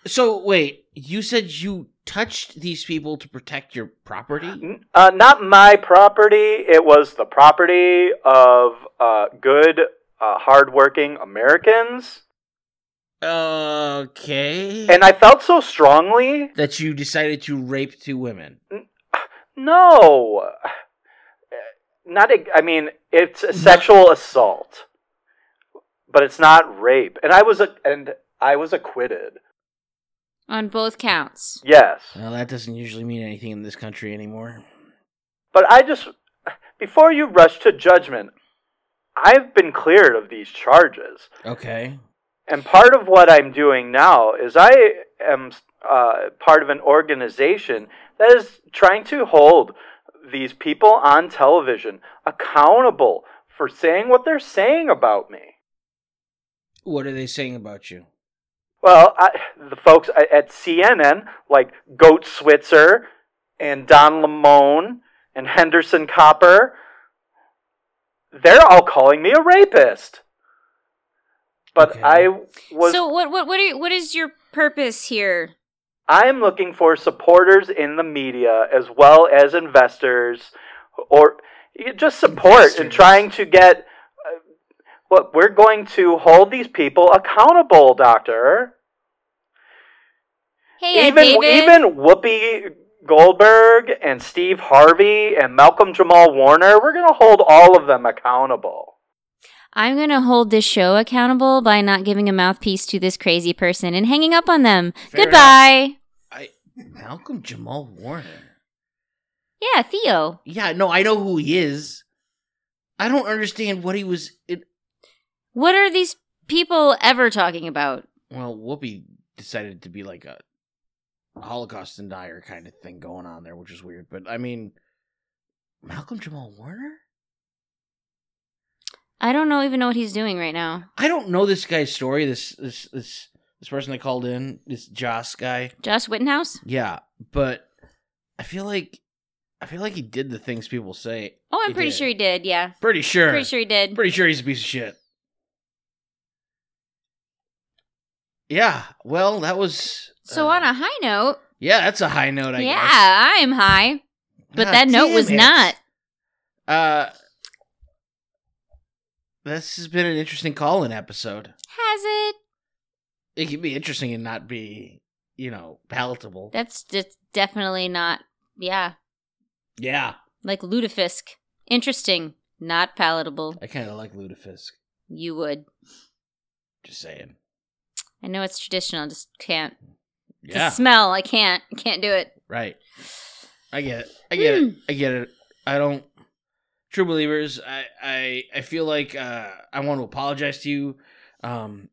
Speaker 1: So wait, you said you touched these people to protect your property?
Speaker 3: N- Uh, not my property. It was the property of uh, good, uh, hardworking Americans.
Speaker 1: Okay.
Speaker 3: Uh, And I felt so strongly.
Speaker 1: that you decided to rape two women.
Speaker 3: No, not. A, I mean, it's a sexual assault, but it's not rape. And I was a, and I was acquitted.
Speaker 2: On both counts.
Speaker 3: Yes,
Speaker 1: Well, that doesn't usually mean anything in this country anymore.
Speaker 3: but I just before you rush to judgment, I've been cleared of these charges.
Speaker 1: Okay.
Speaker 3: And part of what I'm doing now is I am uh, part of an organization that is trying to hold these people on television accountable for saying what they're saying about me.
Speaker 1: What are they saying about you?
Speaker 3: Well, I, the folks a- at CNN, like Goat Switzer and Don Lemon and Henderson Copper, they're all calling me a rapist. But
Speaker 1: Okay.
Speaker 3: I was
Speaker 2: so what what what are you, what is your purpose here?
Speaker 3: I am looking for supporters in the media as well as investors or you just support in
Speaker 1: Investors.
Speaker 3: trying to get uh, what we're going to hold these people accountable, doctor.
Speaker 2: Hey, uh,
Speaker 3: even
Speaker 2: David.
Speaker 3: even Whoopi Goldberg and Steve Harvey and Malcolm Jamal Warner, we're going to hold all of them accountable.
Speaker 2: I'm going to hold this show accountable by not giving a mouthpiece to this crazy person and hanging up on them.
Speaker 1: Fair
Speaker 2: Goodbye.
Speaker 1: Malcolm Jamal Warner.
Speaker 2: Yeah, Theo.
Speaker 1: Yeah, no, I know who he is. I don't understand what he was. It,
Speaker 2: What are these people ever talking about?
Speaker 1: well, Whoopi decided to be like a Holocaust denier kind of thing going on there, which is weird. But I mean, Malcolm Jamal Warner?
Speaker 2: I don't know even know what he's doing right now.
Speaker 1: I don't know this guy's story. This this this this person that called in, this Joss guy.
Speaker 2: Josh Wittenhouse?
Speaker 1: Yeah, but I feel like I feel like he did the things people say.
Speaker 2: Oh, I'm
Speaker 1: He
Speaker 2: pretty
Speaker 1: did.
Speaker 2: sure he did. Yeah.
Speaker 1: Pretty sure.
Speaker 2: Pretty sure he did.
Speaker 1: Pretty sure he's a piece of shit. Yeah. Well, that was.
Speaker 2: So
Speaker 1: uh,
Speaker 2: on a high note,
Speaker 1: yeah, that's a high note. I
Speaker 2: yeah,
Speaker 1: guess.
Speaker 2: I'm high, but
Speaker 1: God
Speaker 2: that note
Speaker 1: damn
Speaker 2: was
Speaker 1: it.
Speaker 2: not.
Speaker 1: Uh, this has been an interesting call-in episode.
Speaker 2: Has it?
Speaker 1: It can be interesting and not be, you know, palatable.
Speaker 2: That's just definitely not. Yeah,
Speaker 1: yeah,
Speaker 2: like lutefisk. Interesting, not palatable.
Speaker 1: I kind of like Ludafisk.
Speaker 2: You would.
Speaker 1: Just saying.
Speaker 2: I know it's traditional. I just can't. It's
Speaker 1: Yeah.
Speaker 2: The smell. I can't. Can't do it.
Speaker 1: Right. I get it. I
Speaker 2: Hmm.
Speaker 1: get it. I get it. I don't true believers, I I, I feel like uh I want to apologize to you. Um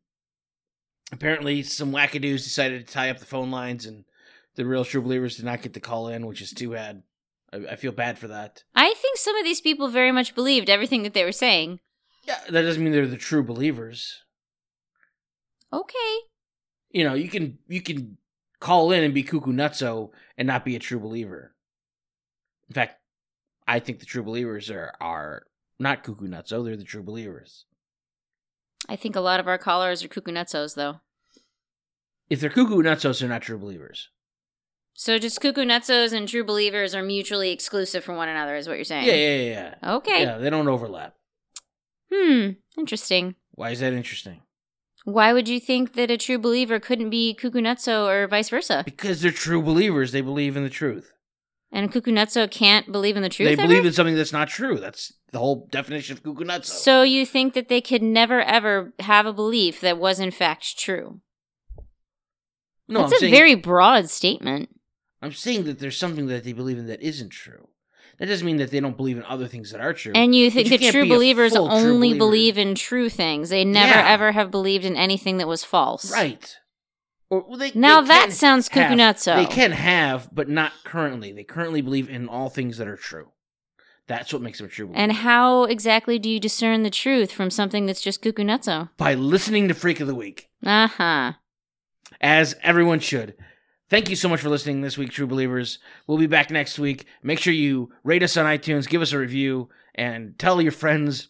Speaker 1: apparently some wackadoos decided to tie up the phone lines and the real true believers did not get the call in, which is too bad. I, I feel bad for that.
Speaker 2: I think some of these people very much believed everything that they were saying.
Speaker 1: Yeah, that doesn't mean they're the true believers.
Speaker 2: Okay.
Speaker 1: You know, you can you can call in and be cuckoo nutso and not be a true believer. In fact, I think the true believers are are not cuckoo nutso, they're the true believers.
Speaker 2: I think a lot of our callers are cuckoo-nutsos, though.
Speaker 1: If they're cuckoo nutsos, they're not true believers.
Speaker 2: So just cuckoo-nutsos and true believers are mutually exclusive from one another, is what you're
Speaker 1: Yeah,
Speaker 2: saying.
Speaker 1: yeah, yeah, yeah.
Speaker 2: Okay.
Speaker 1: Yeah, they don't overlap.
Speaker 2: Hmm. Interesting.
Speaker 1: Why is that interesting?
Speaker 2: Why would you think that a true believer couldn't be Kukunetso or vice versa?
Speaker 1: Because they're true believers. They believe in the truth.
Speaker 2: And a Kukunetso can't believe in the truth.
Speaker 1: they
Speaker 2: ever?
Speaker 1: believe in something that's not true. That's the whole definition of Kukunatsu.
Speaker 2: So you think that they could never ever have a belief that was in fact true?
Speaker 1: no,
Speaker 2: that's
Speaker 1: I'm
Speaker 2: a
Speaker 1: saying,
Speaker 2: very broad statement.
Speaker 1: I'm saying that there's something that they believe in that isn't true. That doesn't mean that they don't believe in other things that are true.
Speaker 2: And you
Speaker 1: but
Speaker 2: think that
Speaker 1: can't
Speaker 2: true
Speaker 1: be a
Speaker 2: believers
Speaker 1: full true
Speaker 2: only
Speaker 1: believer.
Speaker 2: believe in true things. They never
Speaker 1: Yeah.
Speaker 2: ever have believed in anything that was false.
Speaker 1: right? Or well, they,
Speaker 2: Now
Speaker 1: they
Speaker 2: that
Speaker 1: can
Speaker 2: sounds
Speaker 1: have-
Speaker 2: Kukunatsu.
Speaker 1: They can have, but not currently. They currently believe in all things that are true. That's what makes them a true.
Speaker 2: And
Speaker 1: believer.
Speaker 2: how exactly do you discern the truth from something that's just kukunetso?
Speaker 1: by listening to Freak of the Week.
Speaker 2: Uh-huh.
Speaker 1: as everyone should. Thank you so much for listening this week, true believers. We'll be back next week. Make sure you rate us on iTunes, give us a review, and tell your friends,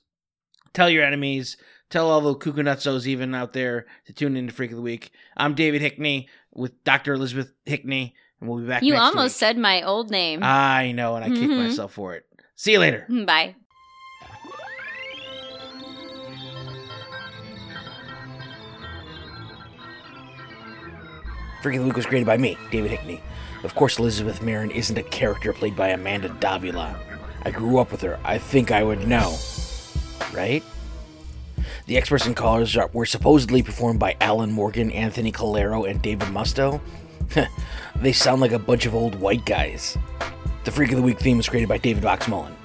Speaker 1: tell your enemies, tell all the cuckonutzos even out there to tune in to Freak of the Week. I'm David Hickney with Dr. Elizabeth Hickney, and we'll be back
Speaker 2: You
Speaker 1: next
Speaker 2: almost
Speaker 1: week. Uh,
Speaker 2: said my old name.
Speaker 1: I know, and I kicked
Speaker 2: Mhm.
Speaker 1: myself for it. See you later.
Speaker 2: Bye.
Speaker 1: Freak of the Week was created by me, David Hickney. Of course, Elizabeth Mirren isn't a character played by Amanda Davila. I grew up with her. I think I would know. Right? The experts and callers are, were supposedly performed by Alan Morgan, Anthony Calero, and David Musto. they sound like a bunch of old white guys. The Freak of the Week theme was created by David Vox Mullen.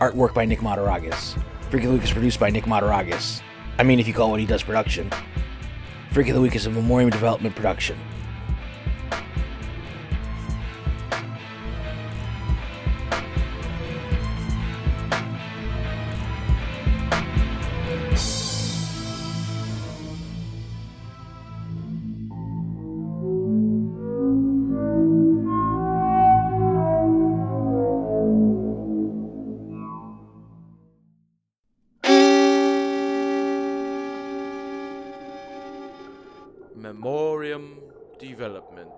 Speaker 1: Artwork by Nick Mataragas. Freak of the Week is produced by Nick Mataragas. I mean, if you call what he does production. Freak of the Week is a memoriam development production.
Speaker 10: Memoriam development.